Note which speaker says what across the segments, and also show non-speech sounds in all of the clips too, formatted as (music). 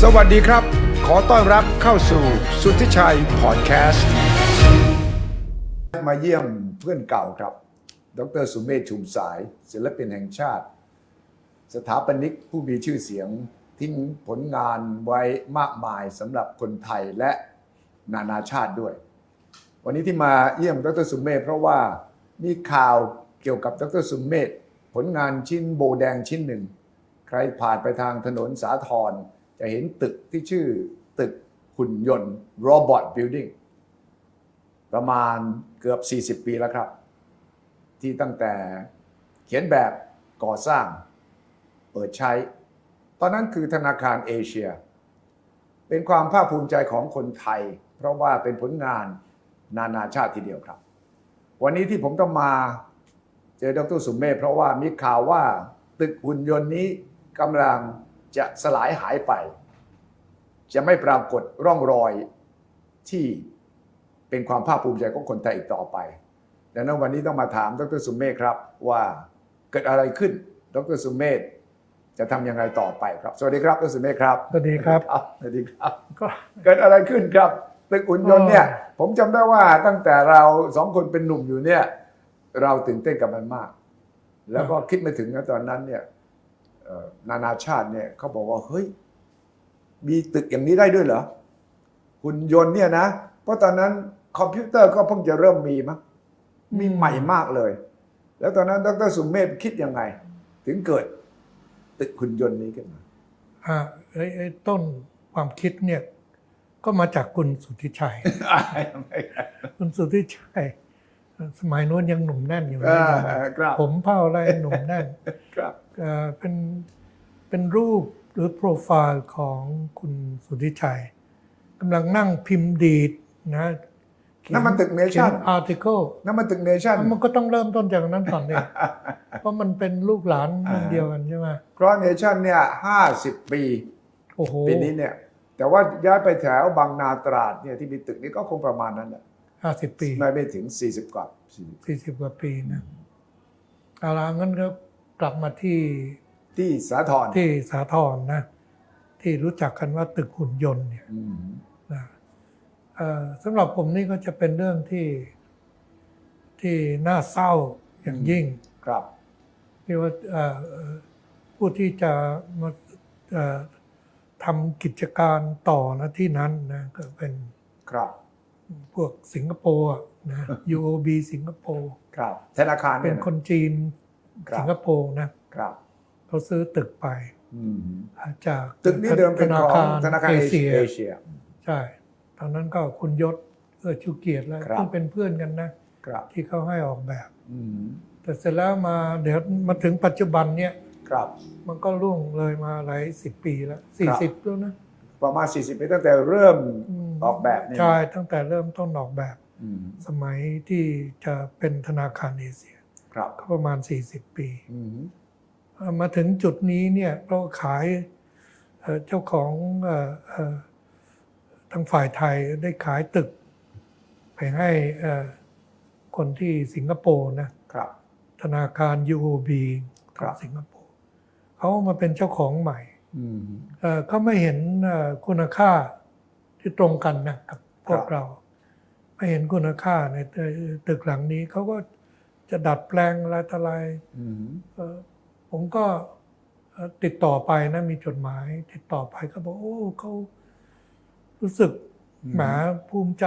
Speaker 1: สวัสดีครับ ขอต้อนรับเข้าสู่สุทธิชัยพอดแคสต์ มาเยี่ยมเพื่อนเก่าครับ ดรสุเมธชุมสาย ศิลปินแห่งชาติ สถาปนิกผู้มีชื่อเสียงทิ้งผลงานไว้มากมายสำหรับคนไทยและนานาชาติด้วย วันนี้ที่มาเยี่ยมดรสุเมธเพราะว่ามีข่าวเกี่ยวกับดรสุเมธผลงานชิ้นโบแดงชิ้นหนึ่ง ใครผ่านไปทางถนนสาทรจะเห็นตึกที่ชื่อตึกหุ่นยนต์ Robot Building ประมาณเกือบ 40 ปีแล้วครับ ที่ตั้งแต่เขียนแบบก่อสร้าง เปิดใช้ ตอนนั้นคือธนาคารเอเชีย เป็นความภาคภูมิใจของคนไทย เพราะว่าเป็นผลงานนานาชาติทีเดียวครับ วันนี้ที่ผมต้องมาเจอดรสุมเมธเพราะว่ามีข่าวว่าตึกหุ่นยนต์นี้กำลังจะสลายหายไป จะไม่ปรากฏร่องรอยที่เป็นความภาคภูมิใจของคนไทยอีกต่อไป ดังนั้นวันนี้ต้องมาถามดรสุมเมธครับว่าเกิดอะไรขึ้น ดรสุมเมธจะทำอย่างไรต่อไปครับ สวัสดีครับดรสุมเมธครับ
Speaker 2: สวัสดีครับ
Speaker 1: ครับสวัสดีครับ
Speaker 2: ก็
Speaker 1: เกิดอะไรขึ้นครับตึกอุ่นยนต์เนี่ย
Speaker 2: เออ
Speaker 1: ผมจำได้ว่าตั้งแต่เราสองคนเป็นหนุ่มอยู่เนี่ย เราตื่นเต้นกับมันมาก แล้วก็คิดไม่ถึงนะตอนนั้นเนี่ยเอ่อนานาชาติเนี่ยเขาบอกว่าเฮ้ย มีตึกอย่างนี้ได้ด้วยเหรอหุ่นยนต์เนี่ยนะ เพราะตอนนั้นคอมพิวเตอร์ก็เพิ่งจะเริ่มมีมั้งมีใหม่มากเลย แล้วตอนนั้นดรสุมเมธคิดยังไง ถึงเกิด ตึกหุ่นยนต์นี้ขึ้นมา
Speaker 2: อ่าไอ้ไอ้ต้นความคิดเนี่ย ก็มาจากคุณสุทธิชั
Speaker 1: (laughs)
Speaker 2: ย คุณสุทธิชัย สมัยโน้นยังหนุ่มแน่นอยู่เลยนะ
Speaker 1: อ่าครับ
Speaker 2: ผมเผ่าอะไรหนุ่มแน่น
Speaker 1: (laughs) ครับ
Speaker 2: เอ่อเป็นเป็นรูปหรือโปรไฟล์ของคุณสุทธิชัยกำลังนั่งพิมพ์ดีดนะเขีย
Speaker 1: นั่นมันตึกเน
Speaker 2: เขีย
Speaker 1: ชั่น
Speaker 2: นอาร์ติเคิล
Speaker 1: นั่นมันตึกเนชั่น
Speaker 2: มันก็ต้องเริ่มต้นจากนั้นก่อน
Speaker 1: (laughs)
Speaker 2: เนี่ย เพราะมันเป็นลูกหลานรุ่นเดียวกันใช่ไหม
Speaker 1: เพราะเนชั่นเนี่ยห้าสิบปี
Speaker 2: โอ้โห
Speaker 1: ปีนี้เนี่ย แต่ว่าย้ายไปแถวบางนาตราดเนี่ยที่มีตึกนี้ก็คงประมาณนั้นแหละ
Speaker 2: ห้าสิบปี
Speaker 1: ไม่ไม่ถึง 40 กว่า
Speaker 2: สี่สิบกว่าปีนะเอาละงั้นก็กลับมาที่
Speaker 1: 40ที่สาทร
Speaker 2: ที่สาทรนะ ที่รู้จักกันว่าตึกหุ่นยนต์เนี่ย
Speaker 1: อืม
Speaker 2: นะเอ่อสำหรับผมนี่ก็จะเป็นเรื่องที่ที่น่าเศร้าอย่างยิ่ง
Speaker 1: ครับ
Speaker 2: ที่ว่าเอ่อเอ่อผู้ที่จะมาเอ่อทำกิจการต่อนะที่นั้นนะก็เป็น
Speaker 1: ครับ
Speaker 2: พวกสิงคโปร์อะนะ UOB สิงคโปร์
Speaker 1: ครับ ธนาคาร
Speaker 2: เป็
Speaker 1: เนี่
Speaker 2: น
Speaker 1: ยะ
Speaker 2: คนจีน
Speaker 1: ครับ
Speaker 2: สิงคโปร์นะ
Speaker 1: ครับ
Speaker 2: เขาซื้อตึกไป
Speaker 1: อืม
Speaker 2: จาก
Speaker 1: ตึกนี้เดิมเป็นของธนาคารเอ
Speaker 2: เอ
Speaker 1: เชีย
Speaker 2: เชีย
Speaker 1: เอเชีย
Speaker 2: ใช่ตอนนั้นก็คุณยศเอื้อชูเกียรติแล้ว
Speaker 1: ครับ
Speaker 2: ซึ่งเป็นเพื่อนกันนะครับ ที่เขาให้ออกแบบ
Speaker 1: อืม
Speaker 2: แต่เสร็จแล้วมาเดี๋ยวมาถึงปัจจุบันเนี่ย
Speaker 1: ครับ
Speaker 2: มันก็ล่วงเลยมาหลายสิบปีแล้วสี่สิบแล้วนะ
Speaker 1: ประมาณ 40 ปีตั้งแต่เริ่ม
Speaker 2: ม
Speaker 1: ออกแบบเนี่ย
Speaker 2: ใช่ตั้งแต่เริ่มต้นออกแบบ
Speaker 1: อืม
Speaker 2: สมัยที่จะเป็นธนาคารเอเชีย
Speaker 1: ครับ
Speaker 2: ก็ประมาณ 40 ปี
Speaker 1: อืม
Speaker 2: เอ่อมาถึงจุดนี้เนี่ยเราขายเอ่อเจ้าของเอ่อเอ่อทางฝ่ายไทยได้ขายตึก ไปให้เอ่อคนที่สิงคโปร์นะครับ ธนาคาร UOB ข
Speaker 1: ครั
Speaker 2: อง
Speaker 1: บ
Speaker 2: สิงคโปร์เขามาเป็นเจ้าของใหม่
Speaker 1: อืม
Speaker 2: เอ่อเขาไม่เห็นเอ่อคุณค่าที่ตรงกันนะกับพว
Speaker 1: ครั
Speaker 2: ก
Speaker 1: บ
Speaker 2: เรา ไม่เห็นคุณค่าในเอ่อตึกหลังนี้เขาก็จะดัดแปลงอะไรต่ออะไร
Speaker 1: อืม
Speaker 2: เอ่อผมก็เอ่อติดต่อไปนะมีจดหมาย ติดต่อไปก็บอกโอ้เขารู้สึกแหมภูมิใจ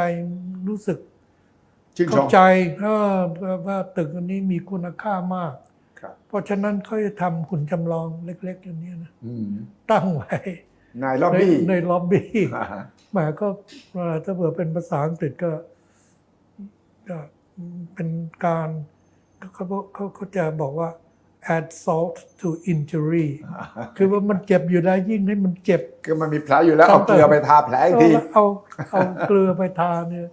Speaker 2: รู้สึก
Speaker 1: ชื่นช
Speaker 2: เข้าม ใจเออว่าว่าตึกอันนี้มีคุณค่ามาก
Speaker 1: ครับ
Speaker 2: เพราะฉะนั้นเขาจะทำหุ่นจำลองเล็กๆอย่างเนี้ยนะ
Speaker 1: อืม
Speaker 2: ตั้งไว้
Speaker 1: นายล็อบ
Speaker 2: ใน
Speaker 1: บี้
Speaker 2: ในล็อบบี้
Speaker 1: อ่าฮะ
Speaker 2: แหมก็เอ่อถ้าเผื่อเป็นภาษาอังกฤษก็ก็เป็นการเขาเขาเขาจะบอกว่า add salt to injury
Speaker 1: อ่าฮะ
Speaker 2: คือว่ามันเจ็บอยู่แล้วยิ่งให้มันเจ็บ
Speaker 1: (laughs) คือมันมีแผลอยู่แล้วเอา
Speaker 2: ครับ
Speaker 1: เกลือไปทาแผลอีกที
Speaker 2: เอาเอาเอาเกลือไปทาเนี่ย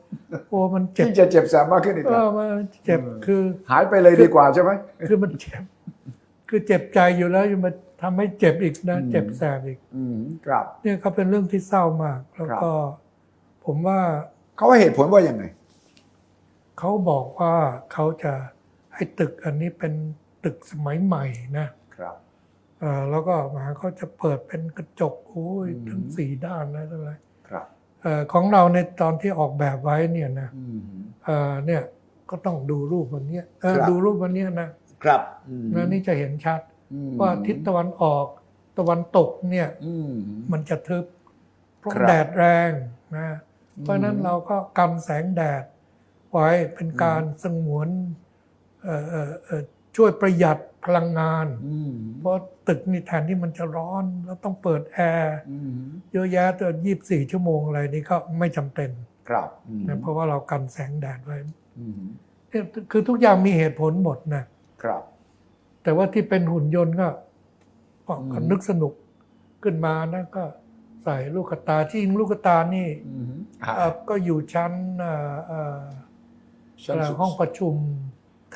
Speaker 2: โอ้มันเจ็บ
Speaker 1: ที่จะเจ็บแสบมากขึ้นอีก
Speaker 2: เอ
Speaker 1: นะ
Speaker 2: อมันเจ็บคือ
Speaker 1: หายไปเลยดีกว่าใช่ไหม
Speaker 2: คือมันเจ็บ คือเจ็บใจอยู่แล้วยังมาทำให้เจ็บอีกนะ
Speaker 1: อืม
Speaker 2: เจ็บแสบอีก
Speaker 1: อืมครับ
Speaker 2: เนี่ยก็เป็นเรื่องที่เศร้ามาก แล้วก็ ผมว่า
Speaker 1: เขาให้เหตุผลว่ายังไง
Speaker 2: เขาบอกว่าเขาจะให้ตึกอันนี้เป็นตึกสมัยใหม่นะครับ เอ อ่าแล้วก็หมาก็จะเปิดเป็นกระจกโอ้ย
Speaker 1: อืม
Speaker 2: ทั้งสี่ด้านนะทั้งอะไร
Speaker 1: ครับ
Speaker 2: เอ่อของเราในตอนที่ออกแบบไว้เนี่ยนะ
Speaker 1: อืม
Speaker 2: เอ่อเนี่ยก็ต้องดูรูปวันเนี้ยเออ
Speaker 1: ครับ
Speaker 2: ดูรูปวันเนี้ยนะครับ
Speaker 1: อืม
Speaker 2: แล้วนี่จะเห็นชัด
Speaker 1: อืม
Speaker 2: ว่าทิศตะวันออกตะวันตกเนี่ย
Speaker 1: อืม
Speaker 2: มันจะทึบเพราะ
Speaker 1: ครับ
Speaker 2: แดดแรงนะเพราะฉะนั้นเราก็กันแสงแดดไว้เป็นการสงวนเอ่อเอ่อเอ่อช่วยประหยัดพลังงาน
Speaker 1: อืม
Speaker 2: เพราะตึกนี่แทนที่มันจะร้อนแล้วต้องเปิดแอร์
Speaker 1: อืม
Speaker 2: เยอะแยะตัวยี่สี่ชั่วโมงอะไรนี่ก็ไม่จำเป็น
Speaker 1: ครับอืม
Speaker 2: นะเพราะว่าเรากันแสงแดดไว้
Speaker 1: อืม
Speaker 2: เนี่ยคือทุกอย่างมีเหตุผลหมดนะครับ แต่ว่าที่เป็นหุ่นยนต์ก็ก็
Speaker 1: อืม
Speaker 2: ก็นึกสนุกขึ้นมานะก็ใส่ลูกตาที่จริงลูกตานี่
Speaker 1: อืม
Speaker 2: เอ่อก็อยู่ชั้นเอ่อเอ่ออะไรห้องประชุม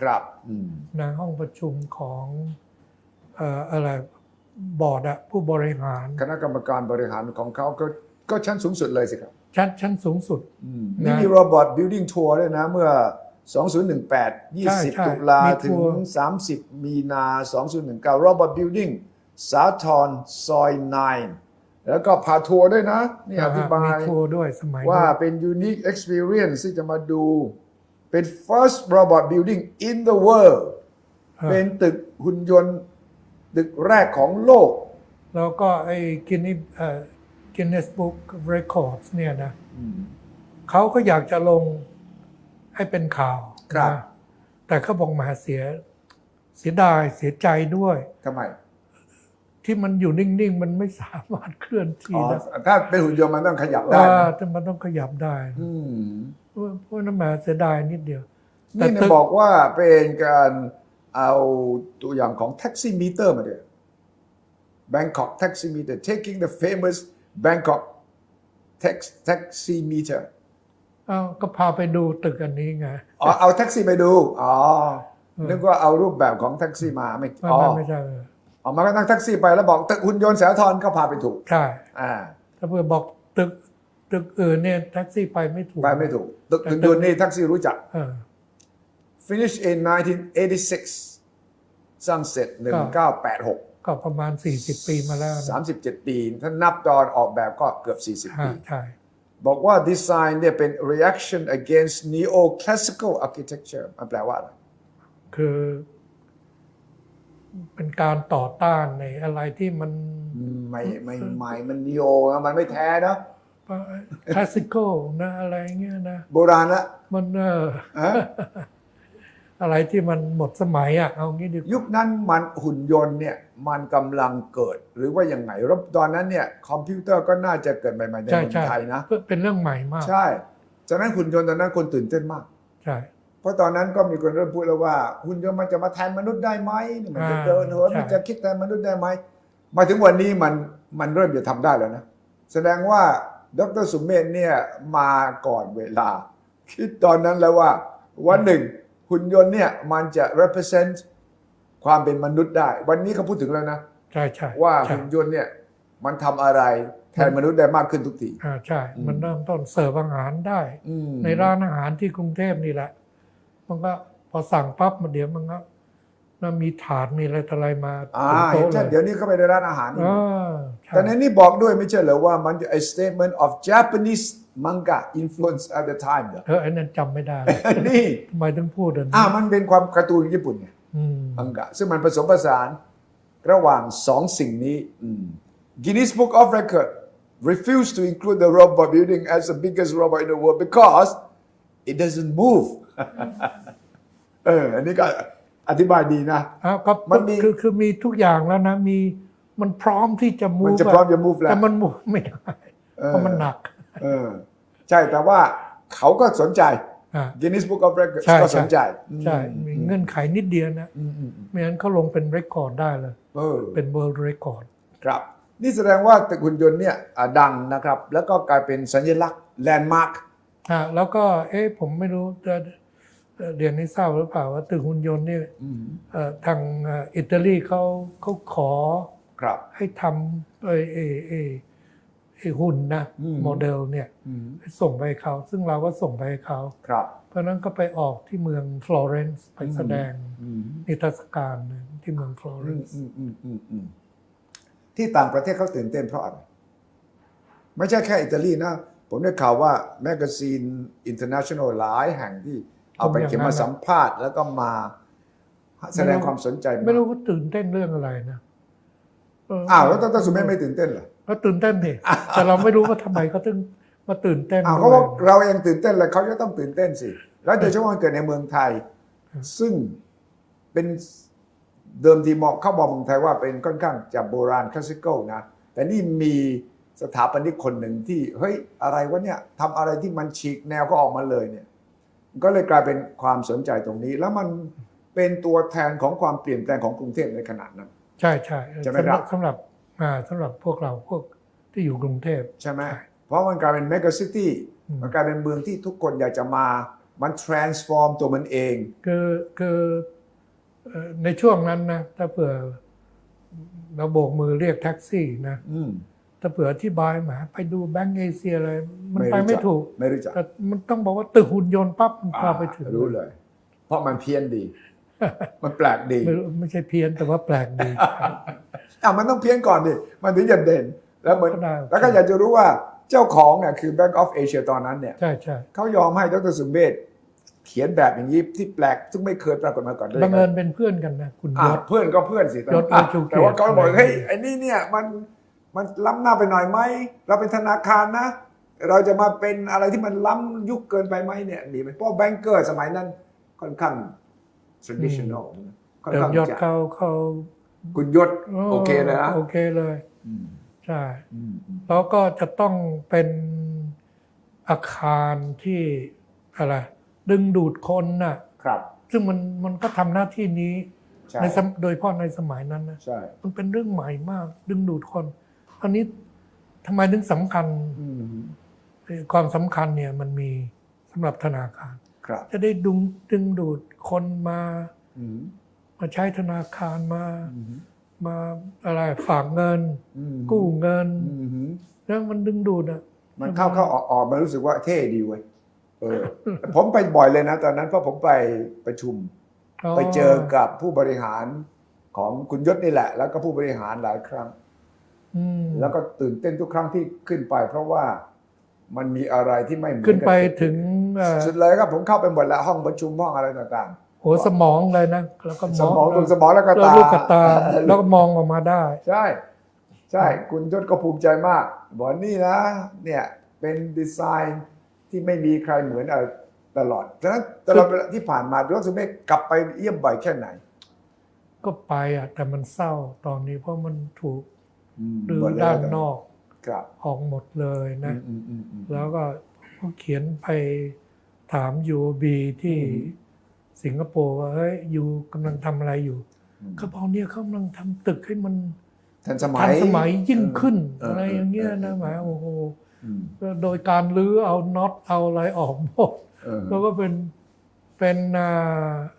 Speaker 1: ครับอืม
Speaker 2: นะห้องประชุมของเอ่ออะไรบอร์ดอะผู้บริหาร
Speaker 1: คณะกรรมการบริหารของเขาก็ก็ชั้นสูงสุดเลยสิครับ
Speaker 2: ชั้นชั้นสูงสุด
Speaker 1: อืม
Speaker 2: นะ
Speaker 1: นี่มีโรบอทบิ l ดิ n งทัวร์ด้วยนะ เมื่อ 2018
Speaker 2: ใช่ใช่
Speaker 1: 20 ตุลา
Speaker 2: มีทั
Speaker 1: ถึง
Speaker 2: วร์
Speaker 1: 30 มีนา 2019โรบอทบิ l ดิ n งสาทรซอย 9 แล้วก็พาทัวร์ด้วยนะ นี่อธิบา
Speaker 2: มี
Speaker 1: ย
Speaker 2: ทัวร์ด้วยสมัย
Speaker 1: ว่า
Speaker 2: นั้น
Speaker 1: เป็น unique experience ที่จะมาดูเป็น first robot building in the world
Speaker 2: เออ
Speaker 1: เป็นตึกหุ่นยนต์ตึกแรกของโลก
Speaker 2: แล้วก็ไอ้กินนี่เอ่อกินเนสบุ๊กเรคคอร์ดเนี่ยนะเขาก็อยากจะลงให้เป็นข่าว
Speaker 1: ครับ
Speaker 2: นะแต่เขาบอกมหาเสียเสียดายเสียใจด้วย
Speaker 1: ทำไม
Speaker 2: ที่มันอยู่นิ่ง ๆ มันไม่สามารถเคลื่อนที่
Speaker 1: อ๋อ
Speaker 2: ได้
Speaker 1: ถ้าเป็นหุ่นยนต์มันต้องขยับ
Speaker 2: แต่
Speaker 1: ได้นะ
Speaker 2: แต่มันต้องขยับได้
Speaker 1: อืม
Speaker 2: เพราะเพราะนั้นมหาเสียดายนิดเดียว แต่
Speaker 1: นี่
Speaker 2: ตึ
Speaker 1: นะ
Speaker 2: ก
Speaker 1: บอกว่าเป็นการเอาตัวอย่างของแท็กซี่มิเตอร์มาด้วย Bangkok taximeter taking the famous Bangkok tax taximeter
Speaker 2: เอ้าก็พาไปดูตึกอันนี้ไง
Speaker 1: อ๋อเอาแท็กซี่ไปดู อ๋อ
Speaker 2: เออ
Speaker 1: นึกว่าเอารูปแบบของแท็กซี่มาไม่
Speaker 2: ไม่
Speaker 1: อ๋อ
Speaker 2: ไม่ไม่ใช่เออ
Speaker 1: ออกมาก็นั่งแท็กซี่ไปแล้วบอกตึกหุ่นยนต์สาทรก็พาไปถูก
Speaker 2: ใช่
Speaker 1: อ่า
Speaker 2: ถ้าเพื่อบอกตึกตึกอื่นเนี่ยแท็กซี่ไปไม่ถูก
Speaker 1: ไปไม่ถูก ตึกหุ่นยนต์นี่แท็กซี่รู้จัก
Speaker 2: เออ
Speaker 1: finished in 1986 sunset 1986
Speaker 2: ก็ประมาณ 40 ปีมาแล้วนะ
Speaker 1: 37 ปี ถ้านับตอนออกแบบก็เกือบ 40
Speaker 2: อ่า
Speaker 1: ปี
Speaker 2: ใช่
Speaker 1: บอกว่าดีไซน์เนี่ยเป็น reaction against neoclassical architecture มันแปลว่าอะไร
Speaker 2: คือ เป็นการต่อต้านในอะไรที่มัน
Speaker 1: ไม่ไม่ไม่มัน neo นะมันไม่แท้นะ
Speaker 2: คลาสสิคอลนะอะไรเงี้ยนะ
Speaker 1: โบราณละ
Speaker 2: มันเออ
Speaker 1: ฮะ
Speaker 2: อะไรที่มันหมดสมัยอ่ะ เอางี้ดีกว่า
Speaker 1: ยุคนั้นมันหุ่นยนต์เนี่ย มันกำลังเกิด หรือว่ายังไงรบตอนนั้นเนี่ย คอมพิวเตอร์ก็น่าจะเกิดใหม่ๆใน
Speaker 2: ใช่
Speaker 1: เมือง
Speaker 2: ใช่
Speaker 1: ไทยนะ
Speaker 2: เป็นเรื่องใหม่มาก
Speaker 1: ใช่ จากนั้นหุ่นยนต์ตอนนั้นคนตื่นเต้นมาก
Speaker 2: ใช่
Speaker 1: เพราะตอนนั้นก็มีคนเริ่มพูดแล้วว่าหุ่นยนต์มันจะมาแทนมนุษย์ได้ไหมมันจะ
Speaker 2: อ่า
Speaker 1: เดินเหิน
Speaker 2: ใช่
Speaker 1: มันจะคิดแทนมนุษย์ได้ไหมมาถึงวันนี้มันมันเริ่มจะทำได้แล้วนะ แสดงว่าดรสุมเมธเนี่ยมาก่อนเวลา คิดตอนนั้นแล้วว่าวันหนึ่งหุ่นยนต์เนี่ยมันจะ represent ความเป็นมนุษย์ได้ วันนี้เขาพูดถึงแล้วนะ
Speaker 2: ใช่ใช่
Speaker 1: ว่า
Speaker 2: ใช่
Speaker 1: หุ่นยนต์เนี่ยมันทำอะไรแทนมนุษย์ได้มากขึ้นทุกที
Speaker 2: อ่าใช่
Speaker 1: อืม
Speaker 2: มันเริ่มต้นเสิร์ฟอาหารได้
Speaker 1: อืม
Speaker 2: ในร้านอาหารที่กรุงเทพนี่แหละ มันก็พอสั่งปั๊บมันเดี๋ยวมันก็มันมีถาดมีอะไรต่ออะไรมา
Speaker 1: อ่า
Speaker 2: ถึง
Speaker 1: เห็
Speaker 2: โต๊ะ
Speaker 1: นชัด
Speaker 2: เลย
Speaker 1: เดี๋ยวนี้เข้าไปในร้านอาหารนี่
Speaker 2: อ่า
Speaker 1: แต่
Speaker 2: ใช่
Speaker 1: ในนี้บอกด้วยไม่ใช่เหรอว่ามัน a statement of Japanese manga influence at the time เหรอ
Speaker 2: เออไอ้นั้นจำไม่ได้
Speaker 1: นี่
Speaker 2: ทำไมต้องพูดอัน
Speaker 1: อ่า
Speaker 2: นี้
Speaker 1: มันเป็นความการ์ตูนญี่ปุ่นไง
Speaker 2: อืม
Speaker 1: มังกะซึ่งมันผสมผสานระหว่างสองสิ่งนี้อืม Guinness Book of Record refused to include the robot building as the biggest robot in the world because it doesn't move (laughs) เอออันนี้ก็อธิบายดีนะ
Speaker 2: อ้าวก็
Speaker 1: มันมี
Speaker 2: คือคือมีทุกอย่างแล้วนะ มีมันพร้อมที่จะมู
Speaker 1: มันจะพร้อมจะ move แล้
Speaker 2: แต่
Speaker 1: ว
Speaker 2: มันมูไม่ได้
Speaker 1: เออ
Speaker 2: เพราะมันหนัก
Speaker 1: เออใช่แต่ว่าเขาก็สนใจ
Speaker 2: อ่า
Speaker 1: Guinness Book of Record
Speaker 2: ใช่
Speaker 1: ก็สนใจ
Speaker 2: ใช่
Speaker 1: อืม
Speaker 2: มีเงื่อนไขนิดเดียวนะ
Speaker 1: อืมอืมอืม
Speaker 2: ไม่งั้นเขาลงเป็นเรคคอร์ดได้เลย
Speaker 1: เออ
Speaker 2: เป็นเวิลด์เรคคอร์ด
Speaker 1: ครับ นี่แสดงว่าตึกหุ่นยนต์เนี่ยอ่ะดังนะครับ แล้วก็กลายเป็นสัญลักษณ์แลนด์มาร์ค
Speaker 2: อ่าแล้วก็เอ๊ะผมไม่รู้จะเอ่อเรียนให้ทราบหรือเปล่าว่าตึกหุ่นยนต์นี่เอ่อทางเอ่ออิตาลีเขาเขาขอ
Speaker 1: ครับ
Speaker 2: ให้ทำไอ้ไอ้ไอ้ไอ้หุ่นนะ
Speaker 1: อืม
Speaker 2: โมเดลเนี่ย ส่งไปให้เขา ซึ่งเราก็ส่งไปให้เขา
Speaker 1: ครับ
Speaker 2: เพราะฉะนั้นก็ไปออกที่เมืองฟลอเรนซ์ไปแสดงนิทรรศการนะที่เมืองฟลอเร
Speaker 1: อื
Speaker 2: น
Speaker 1: ม
Speaker 2: ซ์
Speaker 1: อืมอืมอืมอืม ที่ต่างประเทศเขาตื่นเต้นเพราะอะไร ไม่ใช่แค่อิตาลีนะ ผมได้ข่าวว่าแมกกาซีนอินเตอร์เนชั่นแนลหลายแห่งที่เอาไปเขียนมาสัมภาษณ์ แล้วก็มาแสดงความสนใจา
Speaker 2: ไม่รู้ว่าตื่นเต้นเรื่องอะไรนะเ
Speaker 1: อ้าวแล้วดรสุเมธไม่ตื่นเต้นเหรอ
Speaker 2: ก็ตื่นเต้น
Speaker 1: (laughs)
Speaker 2: ดิแต่เราไม่รู้ว่าทำไมเขาถึงมาตื่นเต้น
Speaker 1: อ้าว
Speaker 2: ด้
Speaker 1: เขา
Speaker 2: วย
Speaker 1: บอกเราเองตื่นเต้นเลยเขาจะต้องตื่นเต้นสิ แล้วโดยเฉพาะมันเกิดในเมืองไทย ซึ่งเป็นเดิมทีมองเข้ามองเมืองไทยว่าเป็นค่อนข้างจะโบราณคลาสสิคอลนะ แต่นี่มีสถาปนิกคนหนึ่งที่ เฮ้ย อะไรวะเนี่ยทำอะไรที่มันฉีกแนวก็ออกมาเลยเนี่ย ก็เลยกลายเป็นความสนใจตรงนี้ แล้วมันเป็นตัวแทนของความเปลี่ยนแปลงของกรุงเทพในขณะนั้น
Speaker 2: ใช่ใช่
Speaker 1: ใช่ไหม
Speaker 2: สำ
Speaker 1: ค
Speaker 2: ห
Speaker 1: รั
Speaker 2: รับ บสำหรับอ่าสำหรับพวกเราพวกที่อยู่กรุงเทพ
Speaker 1: ใช่ไหม เพราะมันกลายเป็นเมก a ซิตี้
Speaker 2: อืม
Speaker 1: มันกลายเป็นเมืองที่ทุกคนอยากจะมา มัน transform ตัวมันเอง
Speaker 2: คือคือเอ่อในช่วงนั้นนะถ้าเผื่อเราโบกมือเรียกแท็กซี่นะ
Speaker 1: อืม
Speaker 2: ถ้าเผื่ออธิบายมาไปดูแบงก์เอเชียอะไรมันไป
Speaker 1: ไม่รู้จัก
Speaker 2: ไม่ถูก
Speaker 1: ไม่รู้จัก
Speaker 2: แต่มันต้องบอกว่าตึกหุ่นยนต์ปั๊บมันพาไปถึง
Speaker 1: อ่ารู้เลย เพราะมันเพี้ยนดี
Speaker 2: (laughs)
Speaker 1: มันแปลกดี
Speaker 2: ไม่รู้ไม่ใช่เพี้ยนแต่ว่าแปลกดี
Speaker 1: อ่ะมันต้องเพี้ยนก่อนดิ มันถึงจะเด่น แล้วเหมือน
Speaker 2: ก็ได้
Speaker 1: แล้วก็อยากจะรู้ว่าเจ้าของเนี่ยคือ Bank of Asia ตอนนั้นเนี่ย
Speaker 2: ใช่ใช่
Speaker 1: เขายอมให้ดรสุมเบศเขียนแบบอย่างนี้ที่แปลกซึ่งไม่เคยปรากฏมาก่อนเลย
Speaker 2: บังเอิญเป็นเพื่อนกันนะคุณย
Speaker 1: อ่ะ
Speaker 2: ศ
Speaker 1: เพื่อนก็เพื่อนสิแต่
Speaker 2: ยศ
Speaker 1: อ่ะ
Speaker 2: ชูเกียรติ
Speaker 1: แต่ว่าเขาบอกเฮ้ยไอ้นี่เนี่ยมันมันล้ำหน้าไปหน่อยไหม เราเป็นธนาคารนะ เราจะมาเป็นอะไรที่มันล้ำยุคเกินไปไหมเนี่ยมีไหมเพราะแบงเกอร์สมัยนั้นค่อนข้าง traditional นะค่อน
Speaker 2: เดิม
Speaker 1: ข้าง
Speaker 2: ยศ
Speaker 1: จะ
Speaker 2: เขาเขา
Speaker 1: คุณยศโอเคเลยนะ
Speaker 2: โอเคเลย
Speaker 1: อืม
Speaker 2: ใช่
Speaker 1: อืมอืม
Speaker 2: แล้วก็จะต้องเป็นอาคารที่อะไรดึงดูดคนน่ะ
Speaker 1: ครับ
Speaker 2: ซึ่งมันมันก็ทำหน้าที่นี้
Speaker 1: ใช่
Speaker 2: ในสมโดยเฉพาะในสมัยนั้นนะ
Speaker 1: ใช่
Speaker 2: มันเป็นเรื่องใหม่มาก ดึงดูดคนอันนี้ทำไมถึงสำคัญ
Speaker 1: อืม
Speaker 2: เอ่อความสำคัญเนี่ยมันมีสำหรับธนาคาร
Speaker 1: ครับ
Speaker 2: จะได้ดึงดึงดูดคนมา
Speaker 1: อืม
Speaker 2: มาใช้ธนาคารมา
Speaker 1: อืม
Speaker 2: มาอะไรฝากเงิน
Speaker 1: อืม
Speaker 2: กู้เงิน
Speaker 1: อืม
Speaker 2: แล้วมันดึงดูดอ่ะ
Speaker 1: มันเข้าเข้าออกออกมันรู้สึกว่าเท่ดีเว้ยเออ ผมไปบ่อยเลยนะ ตอนนั้นเพราะผมไปประชุม ไปเจอกับผู้บริหารของคุณยศนี่แหละ แล้วก็ผู้บริหารหลายครั้ง
Speaker 2: อืม
Speaker 1: แล้วก็ตื่นเต้นทุกครั้งที่ขึ้นไป เพราะว่ามันมีอะไรที่ไม่เหมือนกั
Speaker 2: ขึ้นไปถึงเอ่อ
Speaker 1: สุดเลยครับผมเข้าไปหมดแล้วห้องประชุมห้องอะไรต่าง
Speaker 2: หัวสมองเลยนะแล้วก็
Speaker 1: ๆ ส
Speaker 2: มอง
Speaker 1: มองตรงสมองแล้วก็
Speaker 2: แล้ว
Speaker 1: ตา
Speaker 2: ลูกกระตาแล้วก็มองออกมาได้
Speaker 1: ใช่ ใช่ คุณยศก็ภูมิใจมาก บอกนี่นะ เนี่ย เป็นดีไซน์ที่ไม่มีใครเหมือนเอ่อตลอดฉะนั้นตลอดเวลาที่ผ่านมาดรสุเมฆกลับไปเยี่ยมบ่อยแค่ไหน
Speaker 2: ก็ไปอ่ะแต่มันเศร้าตอนนี้เพราะมันถูก
Speaker 1: อืม
Speaker 2: ดื้อ
Speaker 1: หมเลย
Speaker 2: ด้านนอก
Speaker 1: ครับ
Speaker 2: ออกหมดเลยนะ
Speaker 1: อืมอืมอืม
Speaker 2: แล้วก็เขาเขียนไปถามยูบีที่
Speaker 1: อืม
Speaker 2: สิงคโปร์ว่าเฮ้ยยูกำลังทำอะไรอยู่เขาบอกเนี่ยเขากำลังทำตึกให้มัน
Speaker 1: ทันสมัย
Speaker 2: ทันสมัยยิ่งขึ้น
Speaker 1: เอออ
Speaker 2: อะไรอย่างเงี้
Speaker 1: เอ
Speaker 2: ย
Speaker 1: อเอ
Speaker 2: นะ
Speaker 1: อ
Speaker 2: หมายโอ้โห
Speaker 1: อืม
Speaker 2: โดยการรื้อเอาน็อตเอาอะไรออกหมด
Speaker 1: เออ
Speaker 2: แล้วก็เป็นเป็นอ่า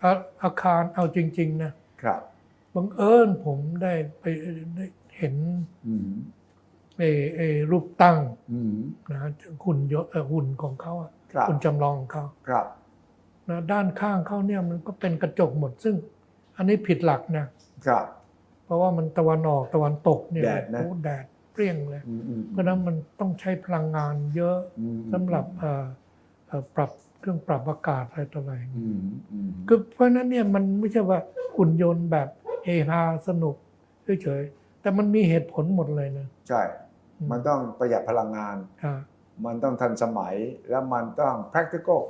Speaker 2: อาอาคารเอาจริง ๆ นะครับ บังเอิญผมได้ไปได้เห็น
Speaker 1: อืม
Speaker 2: เอเอรูปตั้ง
Speaker 1: อืม
Speaker 2: นะหุ่นยศเอ่อหุ่นของเขาอะ
Speaker 1: ครับ
Speaker 2: หุ่นจำลองของเขา
Speaker 1: ครับ
Speaker 2: นะด้านข้างเขาเนี่ยมันก็เป็นกระจกหมดซึ่ง อันนี้ผิดหลักนะครับ เพราะว่ามันตะวันออกตะวันตกเนี่ย
Speaker 1: แดดนะ
Speaker 2: โอ้โหแดดเปรี้ยงเลย
Speaker 1: อืมอืม
Speaker 2: เพราะฉะนั้นมันต้องใช้พลังงานเยอะ
Speaker 1: อืม
Speaker 2: สำหรับเอ่อเอ่อปรับเครื่องปรับอากาศอะไรต่ออะไร
Speaker 1: อืมอืม
Speaker 2: คือเพราะฉะนั้นเนี่ยมันไม่ใช่ว่าหุ่นยนต์แบบเฮฮาสนุกเฉยๆแต่มันมีเหตุผลหมดเลยนะ
Speaker 1: ใช่ มันต้องประหยัดพลังงาน
Speaker 2: อ่า
Speaker 1: มันต้องทันสมัยแล้วมันต้อง practical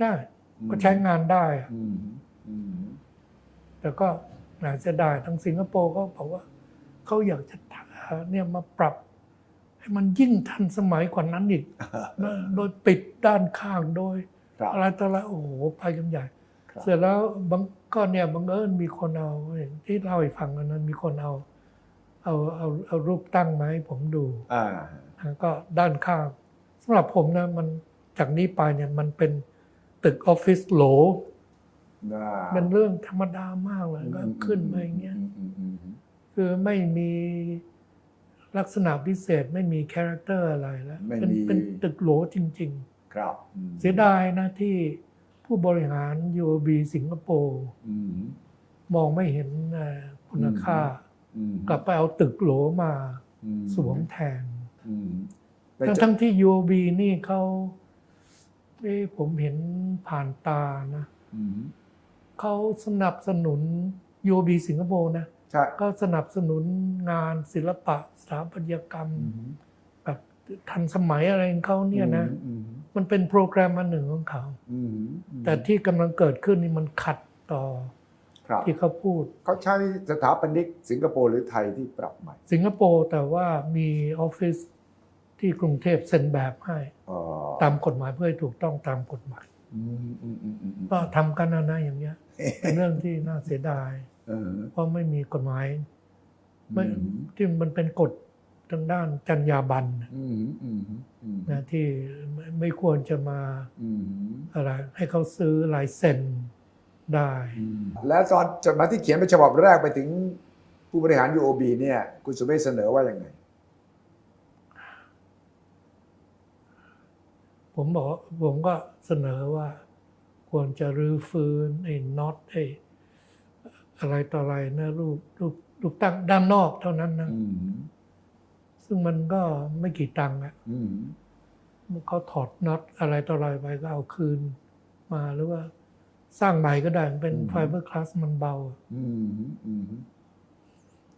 Speaker 2: ได้
Speaker 1: อืม
Speaker 2: ก็ใช้งานได้อะ
Speaker 1: อืมอืม
Speaker 2: (laughs) แต่ก็น่าจะได้ทางสิงคโปร์ก็บอกว่าเขาอยากจะเอ่อเนี่ยมาปรับ ให้มันยิ่งทันสมัยกว่านั้นอีกนะโดยปิดด้านข้างโดย
Speaker 1: ครับ
Speaker 2: อะไรต่ออะไรโอ้โหไปกันใหญ่
Speaker 1: ครับ
Speaker 2: เสร็จแล้วบางก็เนี่ยบังเอิญมีคนเอาอย่างที่เล่าให้ฟังอันนั้นมีคนเอา เอาเอาเอารูปตั้งมาให้ผมดู
Speaker 1: อ่า
Speaker 2: นะก็ด้านข้างสำหรับผมนะมันจากนี้ไปเนี่ยมันเป็นตึกออฟฟิศโหล
Speaker 1: อ่า
Speaker 2: เป็นเรื่องธรรมดามากเลย
Speaker 1: อืม
Speaker 2: ก็
Speaker 1: อืม
Speaker 2: ขึ้นมาอย่างเงี้ย
Speaker 1: อืมอืมอืมอืม
Speaker 2: คือไม่มีลักษณะพิเศษไม่มีคาแรคเตอร์อะไรแล้วเป็นเป็นตึกโหลจริง ๆ
Speaker 1: ครับอืม
Speaker 2: เสียดายนะที่ผู้บริหาร UOB สิงคโปร์
Speaker 1: อืม
Speaker 2: มองไม่เห็นเอ่อคุณค่า
Speaker 1: อืม
Speaker 2: กลับไปเอาตึกโหลมา
Speaker 1: อื
Speaker 2: สวมแทน
Speaker 1: อืมได้
Speaker 2: ทั้ง
Speaker 1: จด
Speaker 2: ทั้งที่ UOB นี่เขาเอ้ผมเห็นผ่านตานะ
Speaker 1: อืม
Speaker 2: เขาสนับสนุน UOB สิงคโปร์นะ
Speaker 1: ใช่
Speaker 2: ก็สนับสนุนงานศิลปะสถาปัตยกรรม
Speaker 1: อืม
Speaker 2: แบบทันสมัยอะไรของเขาเนี่ยนะ
Speaker 1: อืม
Speaker 2: มันเป็นโปรแกรมอันหนึ่งของเขา
Speaker 1: อืมอืม
Speaker 2: แต่ที่กำลังเกิดขึ้นนี่มันขัดต่อ
Speaker 1: ครับ
Speaker 2: ที่เขาพูด
Speaker 1: เขาใช้สถาปนิกสิงคโปร์หรือไทยที่ปรับใหม่
Speaker 2: สิงคโปร์แต่ว่ามีออฟฟิศที่กรุงเทพเซ็นแบบให้
Speaker 1: อ๋อ
Speaker 2: ตามกฎหมายเพื่อให้ถูกต้องตามกฎหมาย
Speaker 1: อืมอืมอืมอืมอืม
Speaker 2: ก็ทำกันนะนะอย่างเงี้ย
Speaker 1: (laughs)
Speaker 2: เป็นเรื่องที่น่าเสียดาย
Speaker 1: เออ
Speaker 2: เพราะไม่มีกฎหมาย
Speaker 1: อื
Speaker 2: ไม่
Speaker 1: ม
Speaker 2: ที่มันเป็นกฎทางด้านจรรยาบรรณ
Speaker 1: อืมอืมอืม
Speaker 2: นะที่ไม่ไม่ควรจะมา
Speaker 1: อืม
Speaker 2: อะไรให้เขาซื้อลายเซ็นได้
Speaker 1: และตอนจดหมายที่เขียนเป็นฉบับแรกไปถึงผู้บริหาร UOB เนี่ย คุณสุเมฆเสนอว่าอย่างไง
Speaker 2: ผมบอกว่าผมก็เสนอว่าควรจะรื้อฟื้นไอ้น็อตไอ้อะไรต่ออะไรนะรูปรูปรูปตั้งด้านนอกเท่านั้นนะ
Speaker 1: อืม
Speaker 2: ซึ่งมันก็ไม่กี่ตังค์อะ
Speaker 1: อืม
Speaker 2: เขาถอดน็อตอะไรต่ออะไรไปก็เอาคืนมาหรือว่าสร้างใหม่ก็ได้มันเป็นไฟเบอร์คลาสมันเบา
Speaker 1: อืมอืม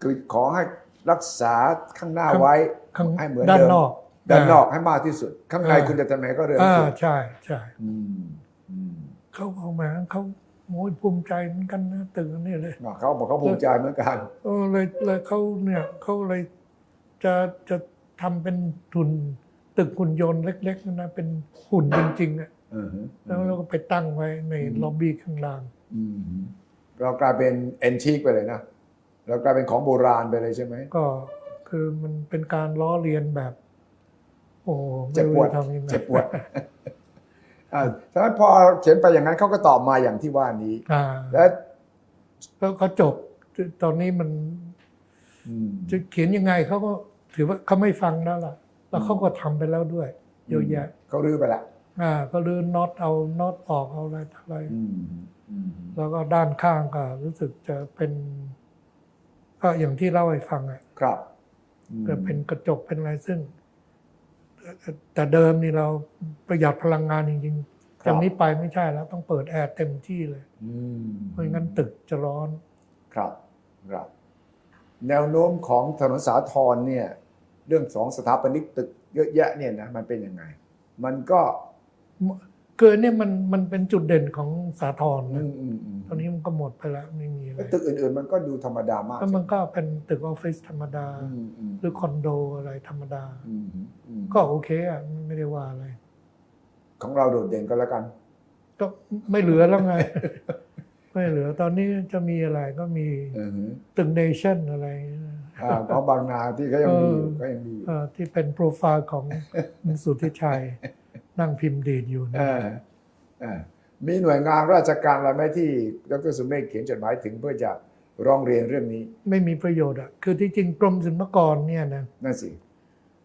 Speaker 1: คือขอให้รักษาข้างหน้าไว้
Speaker 2: ข้าง
Speaker 1: ให้เหมือน
Speaker 2: ด้าน
Speaker 1: เดิม
Speaker 2: นอก
Speaker 1: ด้านนอกให้มากที่สุด ข้างในคุณจะทำไงก็เรื่อง
Speaker 2: อ่า
Speaker 1: คุณ
Speaker 2: ใช่ใช่
Speaker 1: อืมอืม
Speaker 2: เขาเอามาเขาโอ้ยภูมิใจเหมือนกันนะตื่นนี่เลย
Speaker 1: เขาบอกเขาภูมิใจเหมือนกัน
Speaker 2: เออเลยเลยเขาเนี่ยเขาเลยจะจะทำเป็นทุนตึกหุ่นยนต์เล็กๆนะเป็นหุ่นจริงๆอะ
Speaker 1: เออฮะ
Speaker 2: แล้วเราก็ไปตั้งไว้ในล็อบบี้ข้างล่าง
Speaker 1: อืมเรากลายเป็นแอนทีกไปเลยนะเรากลายเป็นของโบราณไปเลยใช่ไหม
Speaker 2: ก็คือมันเป็นการล้อเลียนแบบ โอ้
Speaker 1: เจ็
Speaker 2: ไม่
Speaker 1: บป
Speaker 2: รู้
Speaker 1: วด
Speaker 2: จะทำยังไง
Speaker 1: เจ็บปวด อ่าฉะนั้นพอเขียนไปอย่างนั้นเขาก็ตอบมาอย่างที่ว่านี้
Speaker 2: อ่า
Speaker 1: และ
Speaker 2: แล้วเขาจบตอนนี้มัน
Speaker 1: อืม
Speaker 2: จะเขียนยังไงเขาก็ถือว่าเขาไม่ฟังแล้วล่ะ แล้วเขาก็ทำไปแล้วด้วยเยอะแยะ
Speaker 1: เขารื้อไปละ
Speaker 2: อ่า ก็ลือน็อตเอาน็อตออกเอาอะไรต่ออะไร
Speaker 1: อืมอืม
Speaker 2: แล้วก็ด้านข้างก็รู้สึกจะเป็นก็อย่างที่เล่าให้ฟังอ่ะ
Speaker 1: ครับอืม
Speaker 2: ก็เป็นกระจกเป็นอะไรซึ่งแต่เดิมนี่เราประหยัดพลังงานจริงๆ
Speaker 1: ค
Speaker 2: จา
Speaker 1: รับ
Speaker 2: กนี้ไปไม่ใช่แล้วต้องเปิดแอร์เต็มที่เลย
Speaker 1: อืม
Speaker 2: ไม่งั้นตึกจะร้อน
Speaker 1: ครับ ครับ แนวโน้มของถนนสาทรเนี่ย เรื่องสองสถาปนิกตึกเยอะแยะเนี่ยนะมันเป็นยังไง มันก็
Speaker 2: เกินเนี่ยมันมันเป็นจุดเด่นของสาทร
Speaker 1: อื
Speaker 2: นะ
Speaker 1: มอืมอืม
Speaker 2: ตอนนี้มันก็หมดไปแล้วไม่มีอะไร
Speaker 1: ตึกอื่น ๆ มันก็ดูธรรมดามาก
Speaker 2: แล้วมันก็เป็นตึกออฟฟิศธรรมดา
Speaker 1: อืมอืม
Speaker 2: หรือคอนโดอะไรธรรมดา
Speaker 1: อืมอืม
Speaker 2: ก็โอเคอ่ะไม่ได้ว่าอะไร
Speaker 1: ของเราโดดเด่นก็แล้วกัน
Speaker 2: ก็ไม่เหลือแล้วไง (laughs) ไม่เหลือตอนนี้จะมีอะไรก็มี
Speaker 1: อือฮึ
Speaker 2: ตึกเนชั่นอะไรนะ
Speaker 1: อ่า (laughs) เพราะบางนาที่ก็ยังมีอยู่ก็ยังมีอยู่
Speaker 2: เอ่อที่เป็นโปรไฟล์ของ คุณสุทธิชัย นั่งพิมพ์ดีดอยู่นะ
Speaker 1: เออเออมีหน่วยงานราชการอะไรไหมที่ดรสุเมฆเขียนจดหมายถึงเพื่อจะร้องเรียนเรื่องนี้
Speaker 2: ไม่มีประโยชน์อ่ะคือที่จริงกรมศิลปากรเนี่ยนะ
Speaker 1: นั่นสิ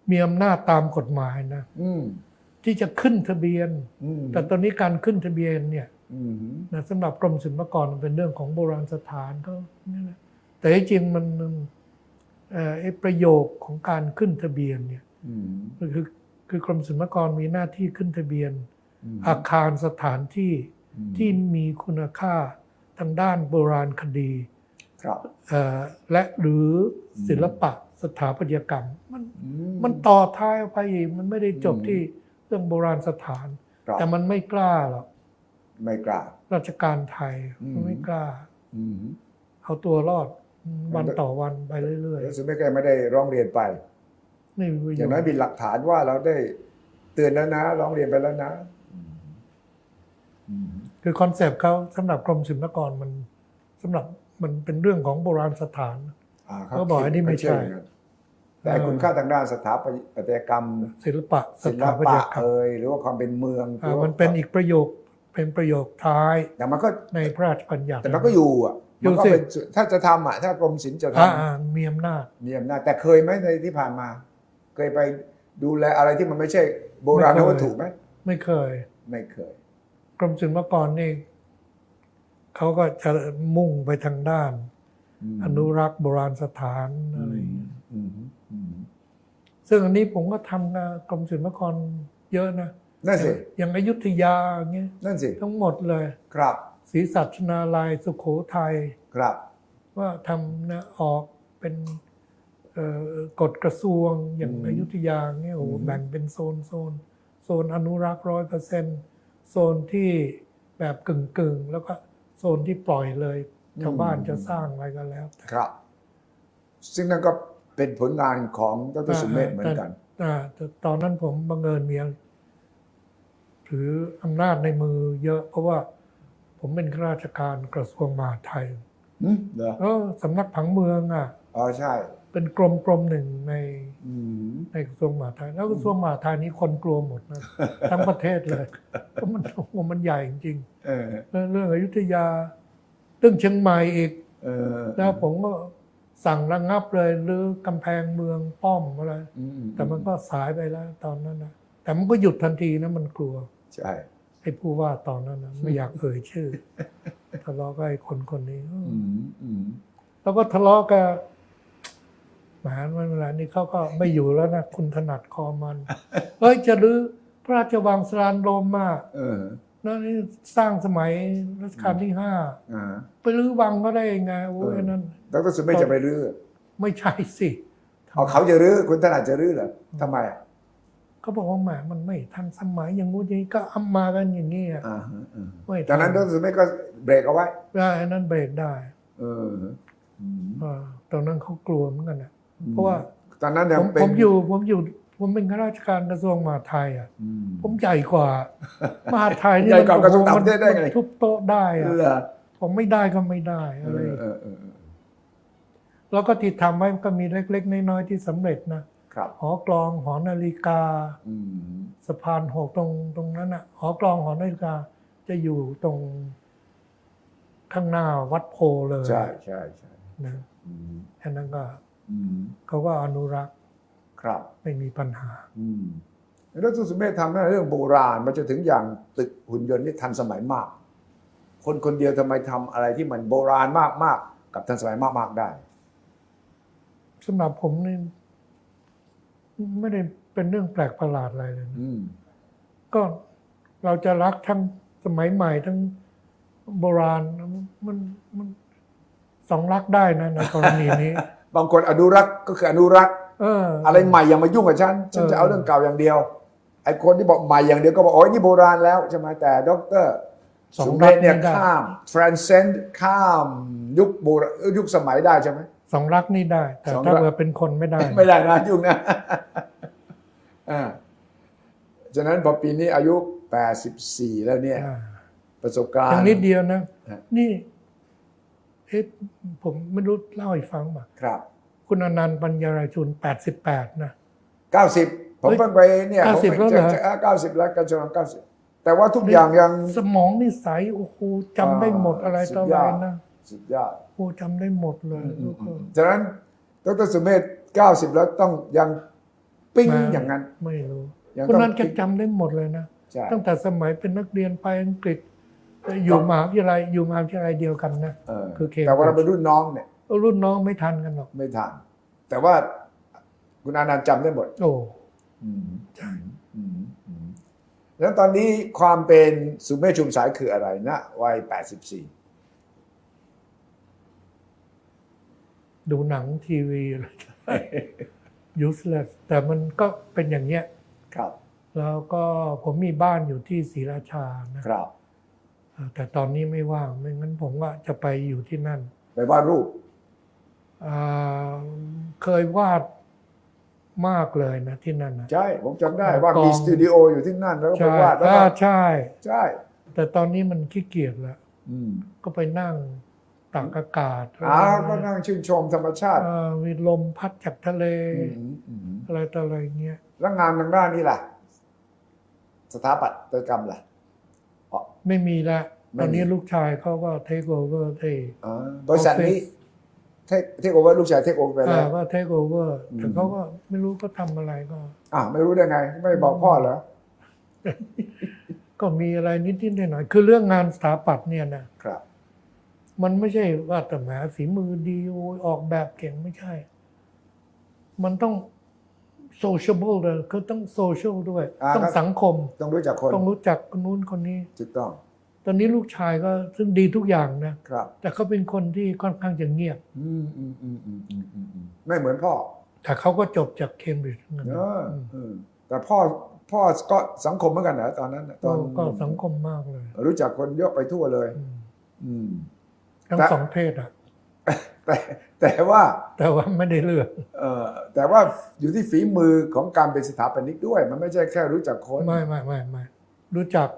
Speaker 2: มีอำนาจตามกฎหมายนะ
Speaker 1: อืม
Speaker 2: ที่จะขึ้นทะเบียน
Speaker 1: อืม
Speaker 2: แต่ตอนนี้การขึ้นทะเบียนเนี่ย
Speaker 1: อืม
Speaker 2: นะสำหรับกรมศิลปากรมันเป็นเรื่องของโบราณสถานก็นี่แหละแต่ที่จริงมันเอ่อไอ้ประโยคของการขึ้นทะเบียนเนี่ย
Speaker 1: อืม
Speaker 2: คือคือคือกรมศิลปากรมีหน้าที่ขึ้นทะเบียน
Speaker 1: ม
Speaker 2: อาคารสถานที่
Speaker 1: อืม
Speaker 2: ที่มีคุณค่าทางด้านโบราณคดี
Speaker 1: ครับ
Speaker 2: เอ่อและหรือ
Speaker 1: ม
Speaker 2: ศิลปะสถาปัตยกรรม มัน
Speaker 1: อื
Speaker 2: มันต่อท้ายออกไปอีกมันไม่ได้จบที่เรื่องโบราณสถาน
Speaker 1: ครับ
Speaker 2: แต่มันไม่กล้าหรอก
Speaker 1: ไม่กล้า
Speaker 2: ราชการไทย
Speaker 1: อืม
Speaker 2: มันไม่กล้า
Speaker 1: อืม
Speaker 2: เอาตัวรอดวันต่อวันไปเรื่อย
Speaker 1: ดรสุเมฆก็ยังไม่ได้ร้องเรียนไป
Speaker 2: ๆไม่มีประ
Speaker 1: อ
Speaker 2: โย
Speaker 1: ย่า
Speaker 2: ช
Speaker 1: งน้อย
Speaker 2: น์
Speaker 1: มีหลักฐานว่าเราได้เตือนแล้วนะร้องเรียนไปแล้วนะอืมอืม
Speaker 2: คือคอนเซปต์เขาสำหรับกรมศิลปากรมันสำหรับมันเป็นเรื่องของโบราณสถาน
Speaker 1: อ่า
Speaker 2: ก็บอกอันนี้ไม่
Speaker 1: เขาเอ
Speaker 2: ใช่
Speaker 1: ย่างนั้นแต่คุณค่าทางด้านสถาปัตยกรรม
Speaker 2: ศิลปะส
Speaker 1: ศิล
Speaker 2: ถาปัต
Speaker 1: ปะ
Speaker 2: ยกรรม
Speaker 1: เอ่ยหรือว่าความเป็นเมือง
Speaker 2: อ่ามันเป็นอีกประโยคเป็นประโยคท้าย
Speaker 1: แต่มันก็
Speaker 2: ในพระราชบัญญัติ
Speaker 1: แต่มันก็อยู่อ่ะ
Speaker 2: อยู่
Speaker 1: มันก็
Speaker 2: สิ
Speaker 1: เป็นส่วนถ้าจะทำอ่ะถ้ากรมศิลป์จะท
Speaker 2: อ่าอ่ามีอำนาจ
Speaker 1: ำมีอำนาจแต่เคยไหมในที่ผ่านมา เคยไปดูแลอะไรที่มันไม่ใช่โบราณวัตถุไหม
Speaker 2: ไม่เคย
Speaker 1: ไม่เคย
Speaker 2: กรมศิลปากรนี่เขาก็จะมุ่งไปทางด้าน
Speaker 1: อืม
Speaker 2: อนุรักษ์โบราณสถาน
Speaker 1: อื
Speaker 2: อะไร
Speaker 1: ม
Speaker 2: อย่างเงี้ย
Speaker 1: อืมอืม
Speaker 2: ซึ่งอันนี้ผมก็ทำงานกรมศิลปากรเยอะนะ
Speaker 1: นั่นสิ
Speaker 2: อย่างอยุธยาอย่างเงี้ย
Speaker 1: นั่นสิ
Speaker 2: ทั้งหมดเลย
Speaker 1: ครับ
Speaker 2: ศรีสัชนาลัยสุโขทัย
Speaker 1: ครับ
Speaker 2: ว่าทำนะออกเป็นเอ่อกฎกระทรวงอย่างอยุธยาอย่างเงี้ยโอ้โหแบ่งเป็นโซนโซนโซนอนุรักษ์ร้อยเปอร์เซ็นต์โซนที่แบบกึ่งกึ่งๆ แล้วก็โซนที่ปล่อยเลยชาวบ้านจะสร้างอะไรก็แล้วแต่
Speaker 1: ครับ ซึ่งนั่นก็เป็นผลงานของดรสุเมธเหมือนกัน
Speaker 2: อ่าแต่ตอนนั้นผมบังเอิญมีถืออำนาจในมือเยอะเพราะว่าผมเป็นข้าราชการกระทรวงมหาดไทย
Speaker 1: อืมเหรอ
Speaker 2: เออสำนักผังเมืองอ่ะ
Speaker 1: อ๋อใช่
Speaker 2: เป็นกรมกรมหนึ่งใน
Speaker 1: อืม
Speaker 2: ในกระทรวงมหาดไทย แล้วกระทรวงมหาดไทยนี้คนกลัวหมดนะทั้งประเทศเลยเพราะมันโอ้โหมันใหญ่จริง
Speaker 1: เออ
Speaker 2: ๆแล้วเรื่องอยุธยา เรื่องเชียงใหม่อีก
Speaker 1: เออ
Speaker 2: แล้วผมก็สั่งระงับเลยหรือกำแพงเมืองป้อมอะไร
Speaker 1: อืม
Speaker 2: แต่มันก็สายไปแล้วตอนนั้นนะแต่มันก็หยุดทันทีนะมันกลัว
Speaker 1: ใช่
Speaker 2: ไอ้ผู้ว่าตอนนั้นนะไม่อยากเอ่ยชื่อทะเลาะกับไอ้คนคนนี้เออ
Speaker 1: อื
Speaker 2: อ
Speaker 1: มอืม
Speaker 2: แล้วก็ทะเลาะกับหมาเวลานี้เขาก็ไม่อยู่แล้วนะคุณถนัดคอมัน (laughs) เอ้ยจะรื้อพระราชวังสลานโรมมา
Speaker 1: เออ
Speaker 2: นั่นนี่สร้างสมัยรัชกาลที่ห้า
Speaker 1: อ่า
Speaker 2: ไปรื้อวังก็ได้ยังไงโอ้ย
Speaker 1: เออ
Speaker 2: ไอ้นั่น
Speaker 1: ดรสุเมธจะไปรื้อ
Speaker 2: ไม่ใช่สิ
Speaker 1: เอาเขาจะรื้อคุณถนัดจะรื้อเหรอทำไมอ่ะ
Speaker 2: เขาบอกว่าแหมามันไม่ทันสมัยอย่างงู้นอย่างนี้ก็อำมากันอย่างนี้อะ
Speaker 1: อ่าฮะอ่าฮะ
Speaker 2: ไม่ทั
Speaker 1: จากนั้นดรสุเมธก็เบรกเอาไว้
Speaker 2: ได้อันนั้นเบรกได้
Speaker 1: เอออืม
Speaker 2: อ่าตอนนั้นเขากลัวเหมือนกันนะเพราะว่า
Speaker 1: ตอนนั้น
Speaker 2: ผ
Speaker 1: ยัง
Speaker 2: ม
Speaker 1: เป็น
Speaker 2: ผมอยู่ผมอยู่ผมเป็นข้าราชการกระทรวงมหาดไทยอ่ะ
Speaker 1: อืม
Speaker 2: ผมใหญ่ก
Speaker 1: (laughs)
Speaker 2: ว่า มหาดไทยนี่
Speaker 1: ใหญ่กว่า
Speaker 2: มัน
Speaker 1: กระทรวงต่างประเทศได้ไง
Speaker 2: มันทุบโต๊ะได้อ่ะ
Speaker 1: เหรอ
Speaker 2: ผมไม่ได้ก็ไม่ได้
Speaker 1: เอ
Speaker 2: อะไร
Speaker 1: อเออเออ
Speaker 2: แล้วก็ที่ทำไว้ก็มีเล็กๆน้อยๆที่สำเร็จนะครับ หอกลองหอนาฬิกา
Speaker 1: อืม
Speaker 2: สะพานหกตรงตรงนั้นอ่ะหอกลองหอนาฬิกาจะอยู่ตรงข้างหน้าวัดโพเลย
Speaker 1: ใช่ใช่ใช่
Speaker 2: นะ
Speaker 1: อืม
Speaker 2: อันนั้นก็
Speaker 1: อืม
Speaker 2: เขาก็อนุรักษ์
Speaker 1: ครับ
Speaker 2: ไม่มีปัญหา
Speaker 1: อืมแล้วสุสุเมธทำเรื่องโบราณมันจะถึงอย่างตึกหุ่นยนต์นี่ทันสมัยมาก คนคนเดียวทำไมทำอะไรที่มันโบราณมากๆ กับทันสมัยมากๆได้
Speaker 2: สำหรับผมนี่ไม่ได้เป็นเรื่องแปลกประหลาดอะไรเลยนะ
Speaker 1: อืม
Speaker 2: ก็เราจะรักทั้งสมัยใหม่ทั้งโบราณมันมันสองรักได้นะในกรณีนี้
Speaker 1: บางคนอนุรักษ์ก็คืออนุรักษ์
Speaker 2: เอออ
Speaker 1: อะไรใหม่อย่ามายุ่งกับฉัน ฉันจะเอาเรื่องเก่าอย่างเดียว ไอ้คนที่บอกใหม่อย่างเดียวก็บอกโอ้ยนี่โบราณแล้วใช่ไหมแต่ดอกเตอร
Speaker 2: สอง
Speaker 1: สุเมธเนี่ย
Speaker 2: รัฐไม่ได้
Speaker 1: ข้าม transcend ข้ามยุคโบราณยุคสมัยได้ใช่ไหม
Speaker 2: สองรักนี่ได้ แต่
Speaker 1: สองรัก
Speaker 2: ถ้าเกิดเป็นคนไม่ได้
Speaker 1: ไม่ได้นะยุ่งนะ (laughs) อ่าฉะนั้นพอปีนี้อายุ 84 แล้วเนี่ย
Speaker 2: อ่า
Speaker 1: ประสบการ
Speaker 2: อ
Speaker 1: ณ์
Speaker 2: ย่างนิดเดียวนะ
Speaker 1: ฮะ
Speaker 2: นี่เอ๊ะผมไม่รู้เล่าให้ฟังป่ะ
Speaker 1: ครับ
Speaker 2: คุณอนันต์ปัญญารายชุน 88 นะ
Speaker 1: 90 ผมเพิ่งไปเนี่ยผม
Speaker 2: 90แล้วเหรอ
Speaker 1: เก้าสิบแล้วกันจนเก้าสิบแต่ว่าทุกอย่างยัง
Speaker 2: สมองนี่ใสโอ้โหจำได้หมดอะไรต่ออะไร
Speaker 1: สุดยอ
Speaker 2: นะ
Speaker 1: ด สุดยอด
Speaker 2: โอ้จำได้หมดเลยแล้วก็
Speaker 1: ฉะนั้นดรสุเมธ90 แล้วต้องยังปิ้งอย่างนั้น
Speaker 2: ไม่รู้
Speaker 1: ยัง
Speaker 2: คนนั้น
Speaker 1: ต้องคิ
Speaker 2: แก
Speaker 1: ด
Speaker 2: จำได้หมดเลยนะ
Speaker 1: ใช่
Speaker 2: ตั้งแต่สมัยเป็นนักเรียนไปอังกฤษ อยู่มหาวิทยาลัยอยู่มหาวิทยาลัยเดียวกันนะ
Speaker 1: เออ
Speaker 2: คือเค
Speaker 1: แต่ว่าเราเป็นรุ่นน้องเนี่ย
Speaker 2: รุ่นน้องไม่ทันกันหรอก
Speaker 1: ไม่ทันแต่ว่าคุณอานันต์จำได้หมด
Speaker 2: โอ้
Speaker 1: ใช่แล้วตอนนี้ความเป็นสุเมธชุมสายคืออะไรนะวัย 84
Speaker 2: ดูหนังทีวีอะไร (laughs) useless แต่มันก็เป็นอย่างเงี้ย
Speaker 1: ครับ
Speaker 2: แล้วก็ผมมีบ้านอยู่ที่ศรีราชานะครับ เออแต่ตอนนี้ไม่ว่างไม่งั้นผมว่าจะไปอยู่ที่นั่น
Speaker 1: ไปวาดรูป
Speaker 2: อ่าเคยวาดมากเลยนะที่นั่นนะ
Speaker 1: ใช่ ผมจำได้ว่า
Speaker 2: ของ
Speaker 1: มีสตูดิโออยู่ที่นั่นแล้วก็ไป
Speaker 2: ใช่
Speaker 1: วาดแล้ว
Speaker 2: อ่า
Speaker 1: ก็
Speaker 2: ใช่
Speaker 1: ใช่
Speaker 2: แต่ตอนนี้มันขี้เกียจแล้ว
Speaker 1: อืม
Speaker 2: ก็ไปนั่งตากอากาศ
Speaker 1: อ้าวก็นั่งชื่นชมธรรมชาติ
Speaker 2: อ่ามีลมพัดจากทะเล
Speaker 1: อืมอืม
Speaker 2: อะไรต่ออะไรเงี้ย
Speaker 1: แล้วงานทางด้านนี้ล่ะ สถาปัตยกรรมล่ะ
Speaker 2: ไม่มีละ
Speaker 1: ไม่มี
Speaker 2: ตอนนี้ลูกชายเขาก็เทคโอเวอร์เท
Speaker 1: อ๋อบริษัทนี้เทคเทคโอเวอร์ลูกชายเทคโอเวอร์ไปแล้ว
Speaker 2: ก็เทคโอเวอร์
Speaker 1: อืม
Speaker 2: แต่เขาก็ไม่รู้เขาทำอะไรก็
Speaker 1: อ่ะไม่รู้ได้ไง ไม่บอกพ่อเหรอ
Speaker 2: ก็มีอะไรนิดๆหน่อยๆคือเรื่องงานสถาปัตย์เนี่ยนะครับ มันไม่ใช่ว่าแต่แหมฝีมือดีโอ้ยออกแบบเก่งไม่ใช่ มันต้อง sociable เลยคือต้อง social ด้วย
Speaker 1: อ่า
Speaker 2: ต้อง
Speaker 1: ครับ
Speaker 2: สังคม
Speaker 1: ต้องรู้จักคน
Speaker 2: ต้องรู้จักคนนู้นคนนี้
Speaker 1: ถูกต้อง
Speaker 2: ตอนนี้ลูกชายก็ซึ่งดีทุกอย่างนะ
Speaker 1: ครับ
Speaker 2: แต่เขาเป็นคนที่ค่อนข้างจะเงียบ
Speaker 1: อืมอืมอืมอืมอืมอืมอืมไม่เหมือนพ่อ
Speaker 2: แต่เขาก็จบจากเคมบริดจ์เหมือนกัน
Speaker 1: เอ
Speaker 2: นะ
Speaker 1: อเออแต่พ่อพ่อก็สังคมเหมือนกันเหรอตอนนั้นน่ะต
Speaker 2: ก็
Speaker 1: อน
Speaker 2: ก็สังคมมากเลย
Speaker 1: รู้จักคนเยอะไปทั่วเลย
Speaker 2: อืม
Speaker 1: อืม
Speaker 2: ทั้ง
Speaker 1: แต่
Speaker 2: สองเพศอ่ะ
Speaker 1: แต่แต่ว่า
Speaker 2: แต่ว่าไม่ได้เลือก
Speaker 1: เอ่อแต่ว่าอยู่ที่ฝีมือของการเป็นสถาปนิกด้วย มันไม่ใช่แค่รู้จักคน
Speaker 2: ไม่ไม่ไม่ไม่รู้จัก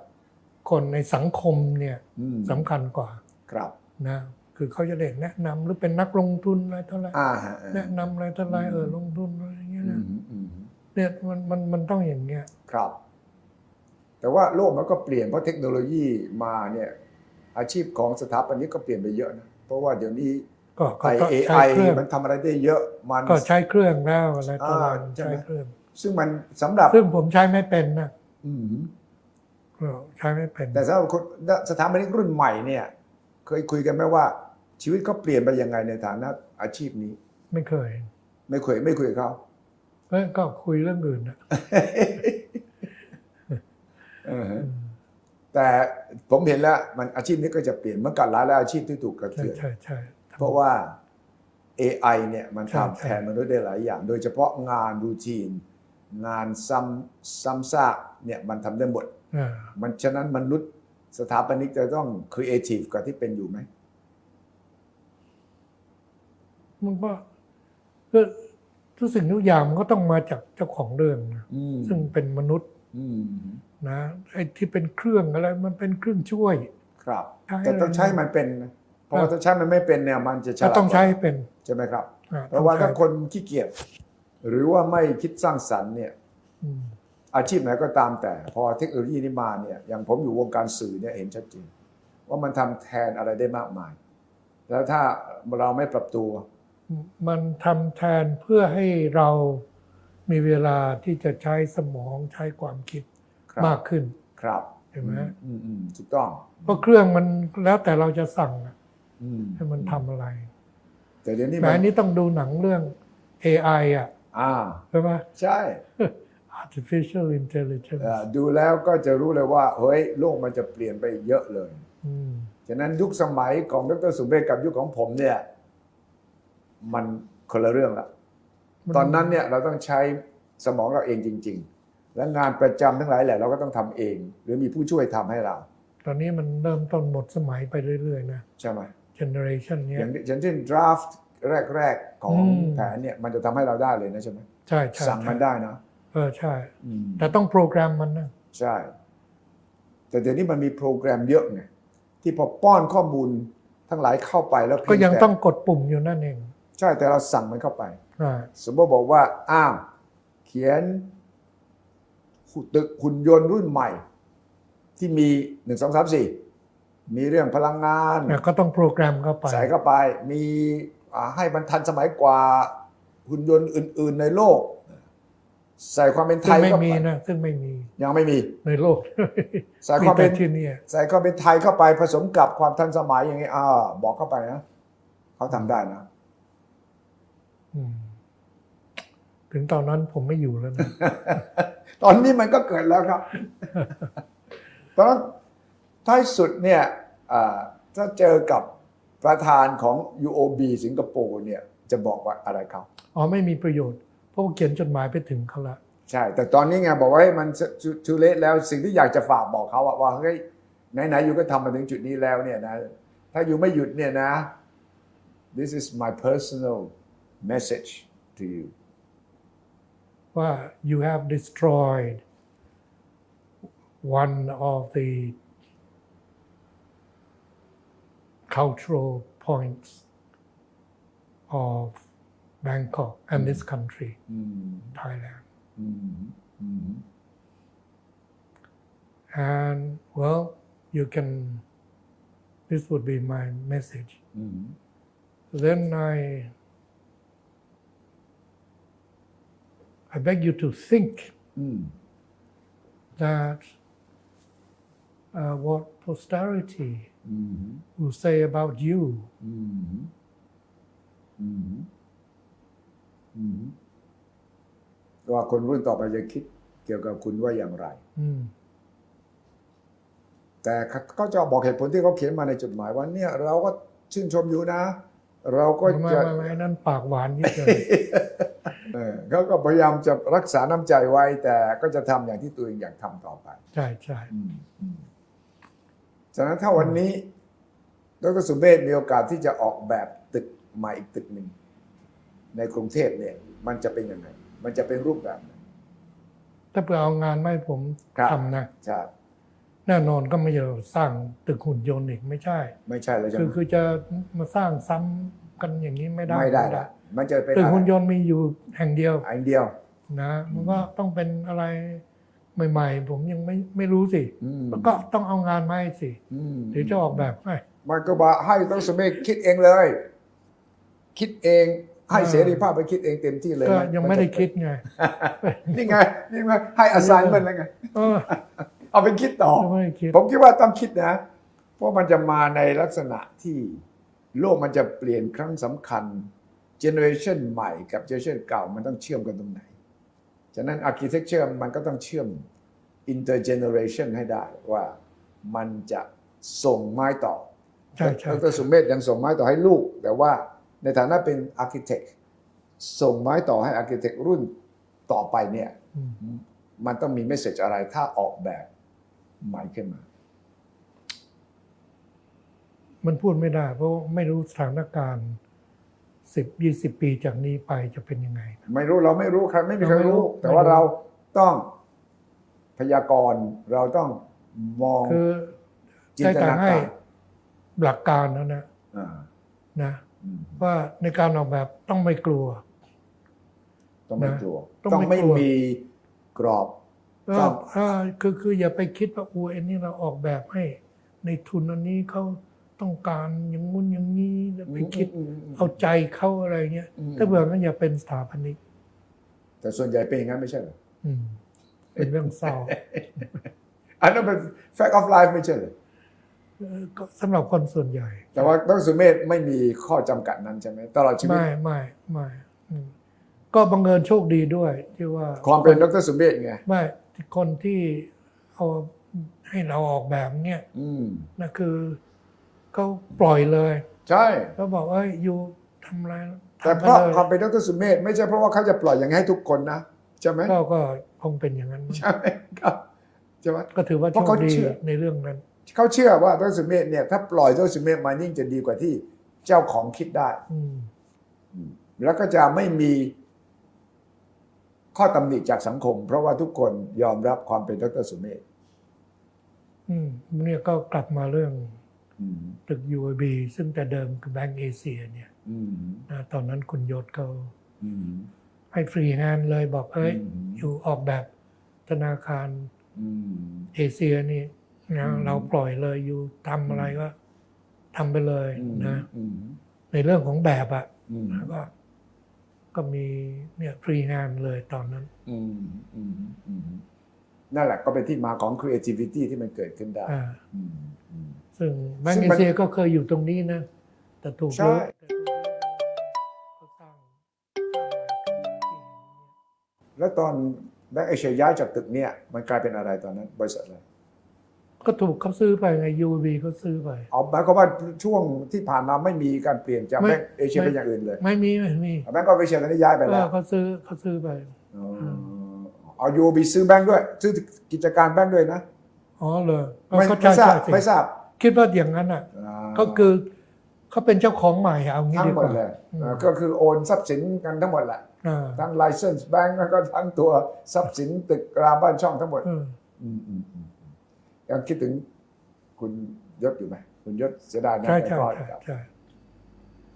Speaker 2: คนในสังคมเนี่ย
Speaker 1: อืม
Speaker 2: สำคัญกว่า
Speaker 1: ครับ
Speaker 2: นะคือเขาจะเด่นแนะนำหรือเป็นนักลงทุนอะไรเท่าไหร
Speaker 1: อ่าฮะอ่า
Speaker 2: แนะนำอะไรเท่าไหรเออลงทุนอะไรอย่างเงี้ย
Speaker 1: อื
Speaker 2: นะ
Speaker 1: มอืม
Speaker 2: เนี่ยมันมันมันต้องอย่างเงี้ย
Speaker 1: ครับ แต่ว่าโลกมันก็เปลี่ยนเพราะเทคโนโลยีมาเนี่ย อาชีพของสถาปนิกก็เปลี่ยนไปเยอะนะ เพราะว่าเดี๋ยวนี้
Speaker 2: ก็
Speaker 1: ไอ
Speaker 2: ก็
Speaker 1: เอ
Speaker 2: ใช้เครื่อง
Speaker 1: มันทำอะไรได้เยอะมัน
Speaker 2: ก็ใช้เครื่องแล้วอะไรต่ออะไร
Speaker 1: อ่าใช่ไหม
Speaker 2: ใช้เครื่อง
Speaker 1: ซึ่งมันสำหรับ
Speaker 2: ซึ่งผมใช้ไม่เป็นนะ
Speaker 1: อืม
Speaker 2: เออใช้ไม่เป็น
Speaker 1: แต่สำหรับคนสถาปนิกรุ่นใหม่เนี่ย เคยคุยกันไหมว่า ชีวิตเขาเปลี่ยนไปยังไงในฐานะอาชีพนี้
Speaker 2: ไม่เคย
Speaker 1: ไม่คุยไม่คุยกับเขา (laughs)
Speaker 2: เอ้ยก็คุยเรื่องอื่นนะ
Speaker 1: เออฮะแต่ผมเห็นแล้วมันอาชีพนี้ก็จะเปลี่ยนเหมื่อนกันหลายหลายอาชีพที่ถูกกระ
Speaker 2: ใช่
Speaker 1: เทือน
Speaker 2: ใช่ใช่ทำ
Speaker 1: เพราะว่า AI เนี่ยมัน
Speaker 2: ใช่ใช่
Speaker 1: ทำแทนมนุษย์ได้หลายอย่าง โดยเฉพาะงานรูทีน งานซ้ำซ้ำซากเนี่ยมันทำได้หมด
Speaker 2: อ่า
Speaker 1: มันฉะนั้นมนุษย์สถาปนิกจะต้องครีเอทีฟกว่าที่เป็นอยู่ไหม
Speaker 2: มันก็คือทุกสิ่งทุกอย่างมันก็ต้องมาจากเจ้าของเรื่องนะ
Speaker 1: อืม
Speaker 2: ซึ่งเป็นมนุษย์
Speaker 1: อืม
Speaker 2: นะไอ้ที่เป็นเครื่องอะไรมันเป็นเครื่องช่วย
Speaker 1: ครับ
Speaker 2: ใช่
Speaker 1: แต่ต้องใช้มันเป็นนะเพราะว่าถ้าใช้มันไม่เป็นเนี่ยมันจะฉ
Speaker 2: ก็
Speaker 1: ลาด
Speaker 2: ต้องใช้ให้เป็น
Speaker 1: ใช่ไหมครับ
Speaker 2: อ่
Speaker 1: เพราะว่า
Speaker 2: ต้
Speaker 1: ถ้า
Speaker 2: องใช้
Speaker 1: คนขี้เกียจหรือว่าไม่คิดสร้างสรรค์เนี่ย
Speaker 2: อืม
Speaker 1: อาชีพไหนก็ตามแต่ พอเทคโนโลยีนี้มาเนี่ยอย่างผมอยู่วงการสื่อเนี่ยเห็นชัดเจนว่ามันทำแทนอะไรได้มากมาย แล้วถ้าเราไม่ปรับตัว
Speaker 2: มันทำแทนเพื่อให้เรามีเวลาที่จะใช้สมองใช้ความคิด
Speaker 1: ครับ
Speaker 2: มากขึ้น
Speaker 1: ครับ
Speaker 2: เห็นไหม
Speaker 1: อืมอืมถูกต้อง
Speaker 2: เพราะเครื่องมันแล้วแต่เราจะสั่งอะ
Speaker 1: อื
Speaker 2: ให้มันทำอะไร
Speaker 1: แต่เดี๋ยวนี้
Speaker 2: แหม
Speaker 1: มัน
Speaker 2: นี่ต้องดูหนังเรื่อง AI อ่ะ
Speaker 1: อ่า
Speaker 2: ใช่ไหม
Speaker 1: ใช่
Speaker 2: artificial intelligence
Speaker 1: เอ่อดูแล้วก็จะรู้เลยว่า เฮ้ย โลกมันจะเปลี่ยนไปเยอะเลย
Speaker 2: อืม
Speaker 1: ฉะนั้นยุคสมัยของดรสุเมฆกับยุคของผมเนี่ย มันคนละเรื่องละ
Speaker 2: มั
Speaker 1: ตอนนั้นเนี่ยเราต้องใช้สมองเราเองจริง ๆ และงานประจำทั้งหลายแหละเราก็ต้องทำเอง หรือมีผู้ช่วยทำให้เรา
Speaker 2: ตอนนี้มันเริ่มต้นหมดสมัยไปเรื่อยๆนะ
Speaker 1: ใช่ไหม
Speaker 2: generation เนี้
Speaker 1: อย ย่างอย่างเช่น draft แรก ๆ ของ
Speaker 2: อืม
Speaker 1: แผนเนี่ย มันจะทำให้เราได้เลยนะใช่ไหม
Speaker 2: ใช่ใช่
Speaker 1: สั่งมันได้นะ
Speaker 2: เออใช่
Speaker 1: อืม
Speaker 2: แต่ต้องโปรแกรมมันนะ
Speaker 1: ใช่ แต่เดี๋ยวนี้มันมีโปรแกรมเยอะไงที่พอป้อนข้อมูลทั้งหลายเข้าไปแล้วเพี
Speaker 2: ก็ยัง
Speaker 1: แต่
Speaker 2: ต้องกดปุ่มอยู่นั่นเอง
Speaker 1: ใช่แต่เราสั่งมันเข้าไป
Speaker 2: อ่า
Speaker 1: สมมติบอกว่าอ้าวเขียนหุ่นตึกหุ่นยนต์รุ่นใหม่ ที่มีหนึ่งสองสามสี่มีเรื่องพลังงาน
Speaker 2: แต่ก็ต้องโปรแกรมเข้าไป
Speaker 1: ใส่เข้าไป มีอ่าให้บรรทันสมัยกว่า หุ่นยนต์อื่น ๆ ในโลก ใส่ความเป็นไท
Speaker 2: ซึ่
Speaker 1: ย
Speaker 2: งไม่
Speaker 1: เข้าไป
Speaker 2: มีนะ ซึ่งไม่มี
Speaker 1: ยังไม่มี
Speaker 2: ในโลก
Speaker 1: ใส่
Speaker 2: มี
Speaker 1: ความ
Speaker 2: แต่
Speaker 1: เป็น
Speaker 2: ที่เนี่ย
Speaker 1: ใส่ความเป็นไทยเข้าไปผสมกับความทันสมัยอย่างนี้อ่าบอกเข้าไปนะเขาทำได้นะ
Speaker 2: อืมถึงตอนนั้นผมไม่อยู่แล้วนะ
Speaker 1: ตอนนี้มันก็เกิดแล้วครับ (laughs) ตอนนั้นท้ายสุดเนี่ยอ่าถ้าเจอกับประธานของ UOB สิงคโปร์เนี่ยจะบอกว่าอะไรครับ
Speaker 2: อ๋อไม่มีประโยชน์ เพราะว่าเขียนจดหมายไปถึงเขาละ
Speaker 1: ใช่ แต่ตอนนี้ไงบอกว่าเฮ้ยมันชูเละแล้วสิ่งที่อยากจะฝากบอกเขาอะว่าเฮ้ยไหนๆอยู่ก็ทำมาถึงจุดนี้แล้วเนี่ยนะ ถ้าอยู่ไม่หยุดเนี่ยนะ this is my personal message to you
Speaker 2: ว่า you have destroyed one of the cultural points of Bangkok and this country
Speaker 1: อืม
Speaker 2: Thailand
Speaker 1: อืมอืม
Speaker 2: and well you can this would be my message
Speaker 1: อืม
Speaker 2: then I I beg you to think
Speaker 1: อืม
Speaker 2: that uh, what posterity
Speaker 1: Mhm.
Speaker 2: who say about you
Speaker 1: Mhm. Mhm. อืมว่าคนรุ่นต่อไปจะคิดเกี่ยวกับคุณว่าอย่างไร
Speaker 2: อืม
Speaker 1: แต่เขาก็จะบอกเหตุผลที่เขาเขียนมาในจดหมายว่าเนี่ยเราก็ชื่นชมอยู่นะ เราก็
Speaker 2: ไม่ไม่
Speaker 1: จะ
Speaker 2: ไม่ไม่นั่นปากหวานนิ
Speaker 1: (laughs)
Speaker 2: ดเดียว
Speaker 1: เออเขาก็พยายามจะรักษาน้ำใจไว้ แต่ก็จะทำอย่างที่ตัวเองอยากทำต่อไป
Speaker 2: ใช่ใช่
Speaker 1: ฉะนั้นถ้าวันนี้ดรสุเมธมีโอกาสที่จะออกแบบตึกใหม่อีกตึกหนึ่ง ในกรุงเทพเนี่ย มันจะเป็นยังไง มันจะเป็นรูปแบบไหน
Speaker 2: ถ้าเผื่อเอางานมาให้ผม
Speaker 1: ครับ
Speaker 2: ทำนะ
Speaker 1: ใช่
Speaker 2: แน่นอนก็ไม่จะสร้างตึกหุ่นยนต์อีกไม่ใช่
Speaker 1: ไม่ใช่แล้วใช่ไห
Speaker 2: คือ
Speaker 1: ม
Speaker 2: คือจะมาสร้างซ้ำกันอย่างนี้ไม่ได้
Speaker 1: ไม่ได้ละมันจะเป็น
Speaker 2: ตึกหุ่น
Speaker 1: อะไร
Speaker 2: ยนต์มีอยู่แห่งเดียว
Speaker 1: อันเดียว
Speaker 2: นะมันก็ต้องเป็นอะไรใหม่ ๆ ผมยังไม่ไม่รู้สิ
Speaker 1: อืม
Speaker 2: แล้วก็ต้องเอางานมาให้สิ
Speaker 1: อืม
Speaker 2: เดี๋ยวจะออกแบบให้
Speaker 1: มันก็บอกให้ต้องสมเมฆคิดเองเลย คิดเองให้เสรีภาพไปคิดเองเต็มที่เลย
Speaker 2: ก็
Speaker 1: น
Speaker 2: ยังไม่ได้คิดไง
Speaker 1: นี่ไงนี่ไงให้อาสามันแล้วไง
Speaker 2: เออ
Speaker 1: เอาไปคิดต่อ
Speaker 2: ยังไม่ได้คิด
Speaker 1: ผมคิดว่าต้องคิดนะ เพราะมันจะมาในลักษณะที่โลกมันจะเปลี่ยนครั้งสำคัญเจเนอเรชันใหม่กับเจเนอเรชันเก่ามันต้องเชื่อมกันตรงไหน ฉะนั้นอาร์เคเต็กเจอร์มันก็ต้องเชื่อมอินเตอร์เจเนอเรชันให้ได้ว่ามันจะส่งไม้ต่อ
Speaker 2: ใช่ใช่
Speaker 1: ดรสุเมธยังส่งไม้ต่อให้ลูก แต่ว่าในฐานะเป็นอาร์เคเต็กส่งไม้ต่อให้อาร์เคเต็กรุ่นต่อไปเนี่ย
Speaker 2: อืม
Speaker 1: มันต้องมีเมสเซจอะไรถ้าออกแบบใหม่ขึ้นมา
Speaker 2: มันพูดไม่ได้ เพราะไม่รู้สถานการณ์สิบยี่สิบปีจากนี้ไปจะเป็นยังไง
Speaker 1: ไม่รู้เราไม่รู้ใครไม่มีใคร
Speaker 2: เราไม่รู้
Speaker 1: รู้ แต่ว่า
Speaker 2: ไม่รู้
Speaker 1: เราต้องพยากรณ์เราต้องมอง
Speaker 2: คือ
Speaker 1: จิน
Speaker 2: ได้
Speaker 1: ต
Speaker 2: แต่
Speaker 1: นา
Speaker 2: ให้
Speaker 1: การ
Speaker 2: หลักการแล้วนะ
Speaker 1: อ่า
Speaker 2: นะ
Speaker 1: อืม
Speaker 2: ว่าในการออกแบบต้องไม่กลัว
Speaker 1: ต้องไม่
Speaker 2: นะ
Speaker 1: กลัว
Speaker 2: ต้อง
Speaker 1: ต้อง
Speaker 2: ไม่
Speaker 1: ไม่
Speaker 2: กลัว
Speaker 1: มีกรอบ
Speaker 2: ก็
Speaker 1: ครับ
Speaker 2: อ่าคือคืออย่าไปคิดว่าอูเอ็นนี่เราออกแบบให้ ในทุนอันนี้เขาต้องการอย่างงุ้นอย่างนี้แล้วไปคิด
Speaker 1: อืมมม
Speaker 2: เอาใจเขาอะไรเงี้ย
Speaker 1: อืม
Speaker 2: ถ้าเบื่อนั้นอย่าเป็นสถาปนิก
Speaker 1: แต่ส่วนใหญ่เป็นอย่างนั้นไม่ใช่เหรอ
Speaker 2: อืมเป็นเรื่องเศ
Speaker 1: (laughs)
Speaker 2: ร้า
Speaker 1: อันนั้นเป็น fact of life ไม่ใช่เหรอ
Speaker 2: เอ่อก็สำหรับคนส่วนใหญ่
Speaker 1: แต่ว่าดรสุเมธไม่มีข้อจำกัดนั้นใช่ไหมตลอดชีวิต
Speaker 2: ไม่ไม่ไม่อืมก็บังเอิญโชคดีด้วยที่ว่า
Speaker 1: ความเป็นดรสุเมธไง
Speaker 2: ไม่คนที่เอาให้เราออกแบบเนี่ย
Speaker 1: อืม
Speaker 2: นะคือเขาปล่อยเลย
Speaker 1: ใช่
Speaker 2: เขาบอกเอ้ยอยู่ทำอะไร
Speaker 1: แต่
Speaker 2: ทำ
Speaker 1: เพ
Speaker 2: ไป
Speaker 1: ราะ
Speaker 2: เลย
Speaker 1: ความเป็นดรสุเมธไม่ใช่เพราะว่าเขาจะปล่อยอย่างนี้ให้ทุกคนนะใช่ไหม
Speaker 2: ก็ก็คงเป็นอย่างนั้น
Speaker 1: ใช่ไหมครับใช่ไหม
Speaker 2: ก็ถือว่าโช
Speaker 1: เพราะ
Speaker 2: ค
Speaker 1: เขา
Speaker 2: ดี
Speaker 1: เชื่อ
Speaker 2: ในเรื่องนั้น
Speaker 1: เขาเชื่อว่าดรสุเมธเนี่ยถ้าปล่อยดรสุเมธมายิ่งจะดีกว่าที่เจ้าของคิดได้
Speaker 2: อืม
Speaker 1: แล้วก็จะไม่มีข้อตำหนิจากสังคม เพราะว่าทุกคนยอมรับความเป็นดรสุเมธ
Speaker 2: อืมเนี่ยก็กลับมาเรื่อง
Speaker 1: อืม
Speaker 2: ตึก UAB ซึ่งแต่เดิมคือแบงก์เอเชียเนี่ย
Speaker 1: อืม
Speaker 2: นะตอนนั้นคุณยศเขา
Speaker 1: อืม
Speaker 2: ให้ฟรีแฮนด์เลยบอกเอ้ย
Speaker 1: ม
Speaker 2: อยู่ออกแบบธนาคาร
Speaker 1: อืม
Speaker 2: เอเชียนี่นะ
Speaker 1: อืม
Speaker 2: เราปล่อยเลยอยู่ทำอะไรก็ทำไปเลย
Speaker 1: อืม
Speaker 2: นะ
Speaker 1: อืม
Speaker 2: ในเรื่องของแบบอะ
Speaker 1: อืม
Speaker 2: ก็ก็มีเนี่ยฟรีงานเลยตอนนั้น
Speaker 1: อืมอืมอืมนั่นแหละก็เป็นที่มาของ creativity ที่มันเกิดขึ้นได้
Speaker 2: อ่า
Speaker 1: อืมอืม
Speaker 2: ซึ่งแบง
Speaker 1: ซึ่ง
Speaker 2: ก์เอ
Speaker 1: มัน
Speaker 2: เชียก็เคยอยู่ตรงนี้นะ แต่ถูก
Speaker 1: ใช่
Speaker 2: ยกแต่ถูกยกเขาสร้าง
Speaker 1: แล้วตอนแบงก์เอเชียย้ายจากตึกเนี่ย มันกลายเป็นอะไรตอนนั้น บริษัทอะไร
Speaker 2: ก็ถูกเขาซื้อไปไง UB เขาซื้อไป
Speaker 1: เอาหมายความว่าช่วงที่ผ่านมาไม่มีการเปลี่ยนจาก
Speaker 2: ไม่
Speaker 1: แบงก์เอเชีย
Speaker 2: ไม่
Speaker 1: เป็นอย่างอื่นเลย
Speaker 2: ไม่มีไม่มี
Speaker 1: แบงก์ออฟเอเชียตอนนี้ย้ายไป
Speaker 2: เอ
Speaker 1: แล้
Speaker 2: อ
Speaker 1: ว
Speaker 2: เขาซื้อเขาซื้อไป
Speaker 1: เอาเอายูบีซื้อแบงก์ด้วย ซื้อกิจการแบงก์ด้วยนะ
Speaker 2: อ๋อเลย
Speaker 1: ไม่
Speaker 2: ก็
Speaker 1: ไม่
Speaker 2: ใช่
Speaker 1: ทราบ
Speaker 2: ใช่สิ
Speaker 1: ไม่ทราบ
Speaker 2: คิดว่าอย่างนั้นอ่ะ
Speaker 1: อ่า
Speaker 2: ก็คือเขาเป็นเจ้าของใหม่เอางี้
Speaker 1: ทั้
Speaker 2: ดี
Speaker 1: งหม
Speaker 2: ก
Speaker 1: ด
Speaker 2: ว่า
Speaker 1: เลยอ่าก็คือโอนทรัพย์สินกันทั้งหมดแหละ
Speaker 2: อ่า
Speaker 1: ทั้ง license bank แล้วก็ทั้งตัวทรัพย์สินตึกรามบ้านช่องทั้งหมด
Speaker 2: เออ
Speaker 1: อืมอืมอืมอืมยังคิดถึงคุณยศอยู่ไหมคุณยศเสียดายนะ
Speaker 2: ใช่
Speaker 1: ไป
Speaker 2: ใช่
Speaker 1: ก่อน
Speaker 2: ใช่
Speaker 1: ครับ
Speaker 2: ใช่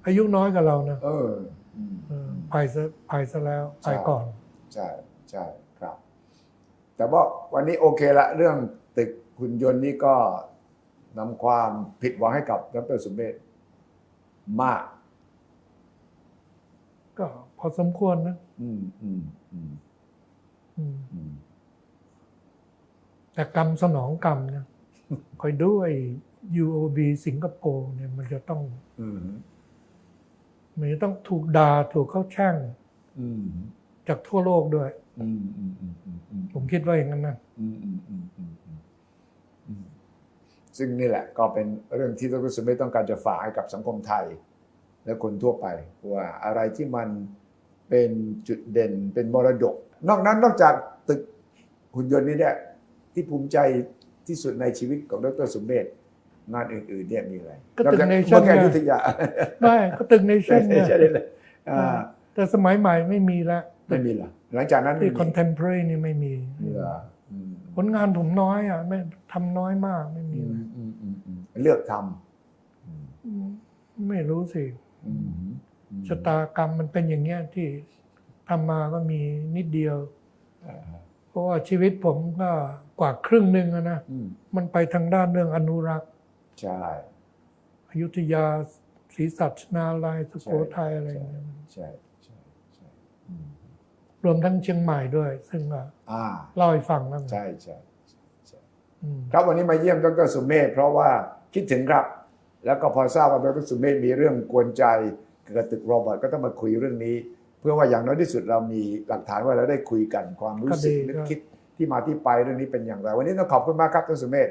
Speaker 2: อายุน้อยกับเรานะ
Speaker 1: เอออืม
Speaker 2: เออไปซะไปซะแล้วไปก่อน
Speaker 1: ใช่ใช่ครับ แต่ว่าวันนี้โอเคละเรื่องตึกคุณยนต์นี่ก็นำความผิดหวังให้กับดรสุเมธมาก
Speaker 2: ก็พอสมควรนะ
Speaker 1: อืมอืมอืม
Speaker 2: อืม
Speaker 1: อืม (laughs)
Speaker 2: แต่กรรมสนองกรรมนะคอยด้วย UOB สิงคโปร์เนี่ยมันจะต้อง
Speaker 1: อืม
Speaker 2: มันจะต้องถูกด่าถูกเข้าแช่ง
Speaker 1: อืม
Speaker 2: จากทั่วโลกด้วย
Speaker 1: อืมอืมอืมอืมอืม
Speaker 2: ผมคิดว่าอย่างนั้นนะ
Speaker 1: (laughs) อืมอืมอืมอืมอืมอืมซึ่งนี่แหละก็เป็นเรื่องที่ดรสุเมธต้องการจะฝากให้กับสังคมไทย และคนทั่วไป ว่าอะไรที่มันเป็นจุดเด่นเป็นมรดก นอกนั้นนอกจากตึกหุ่นยนต์นี้เนี่ยที่ภูมิใจที่สุดในชีวิตของดรสุเมธงานอื่นๆเนี่ยมีอะไร
Speaker 2: ก็ตึก
Speaker 1: จาก
Speaker 2: Nation
Speaker 1: เมืองแห่งอยุทยา
Speaker 2: ไม่ก็ตึกในเช่น
Speaker 1: (laughs) ใช่
Speaker 2: นะ
Speaker 1: เลยอ่า
Speaker 2: แต่สมัยใหม่ไม่มีละ
Speaker 1: ไม่มีเหรอหลังจากนั้นไม่
Speaker 2: ที่
Speaker 1: มี
Speaker 2: contemporary นี่ไม่มี
Speaker 1: เหรออืม
Speaker 2: ผลงานผมน้อยอ่ะไม่ทำน้อยมากไม่มี
Speaker 1: อืม
Speaker 2: เลย
Speaker 1: อืมอืมอืมเลือกท
Speaker 2: ไม่รู้สิ
Speaker 1: ำอืมอืม
Speaker 2: ชะตากรรมมันเป็นอย่างเงี้ยที่ทำมาก็มีนิดเดียว
Speaker 1: อ่าฮะ
Speaker 2: เพราะว่าชีวิตผมก็กว่าครึ่งหนึ่งอะนะ
Speaker 1: อืม
Speaker 2: มันไปทางด้านเรื่องอนุรักษ์
Speaker 1: ใช่
Speaker 2: อยุธยาศรีสัชนาลัยสุโขทัยอะไรอย่างเงี้ย
Speaker 1: ใช่ใช่ใช่อืม
Speaker 2: รวมทั้งเชียงใหม่ด้วย ซึ่งก็
Speaker 1: อ่า
Speaker 2: เล่าให้ฟังแล้วไง
Speaker 1: ใช่ใช่ใช่
Speaker 2: อืม
Speaker 1: ครับวันนี้มาเยี่ยมดรสุเมธเพราะว่าคิดถึงครับ แล้วก็พอทราบว่าดรสุเมธมีเรื่องกวนใจเกี่ยวกับตึกโรบอทก็ต้องมาคุยเรื่องนี้ เพื่อว่าอย่างน้อยที่สุดเรามีหลักฐานว่าเราได้คุยกันความรู้สึกนึกคิดที่มาที่ไปเรื่องนี้เป็นอย่างไร วันนี้ต้องขอบคุณมากครับดรสุเมธ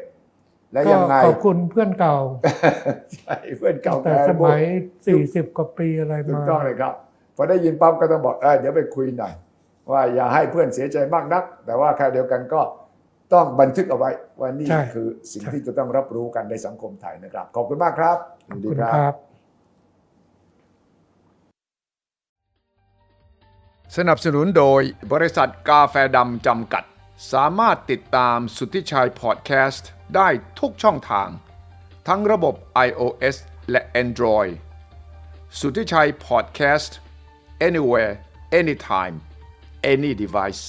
Speaker 1: และ
Speaker 2: ก็
Speaker 1: ยังไง
Speaker 2: ขอบคุณเพื่อนเก่า
Speaker 1: ใช่เพื่อนเก่า
Speaker 2: แต่
Speaker 1: ฟน
Speaker 2: ส
Speaker 1: บุ๊
Speaker 2: มั
Speaker 1: ก
Speaker 2: ยสี่สิบกว่าปีอะไร
Speaker 1: ถูก
Speaker 2: มา
Speaker 1: ต้องเลยครับพอได้ยินปั๊บก็ต้องบอกเออเดี๋ยวไปคุยหน่อยว่าอย่าให้เพื่อนเสียใจมากนัก แต่ว่าค่าเดียวกันก็ต้องบันทึกเอาไว้ว่านี่
Speaker 2: ใช่
Speaker 1: คือสิ่งที่จะต้องรับรู้กันในสังคมไทยนะครับ ขอบคุณมากครับ
Speaker 2: ข
Speaker 1: ส
Speaker 2: อบ
Speaker 1: วัสดี
Speaker 2: คุณครับ
Speaker 1: สนับสนุนโดยบริษัทกาแฟดำจำกัด สามารถติดตามสุทธิชัยพอดแคสต์ได้ทุกช่องทาง ทั้งระบบ iOS และ Android สุทธิชัยพอดแคสต์ anywhere anytime any device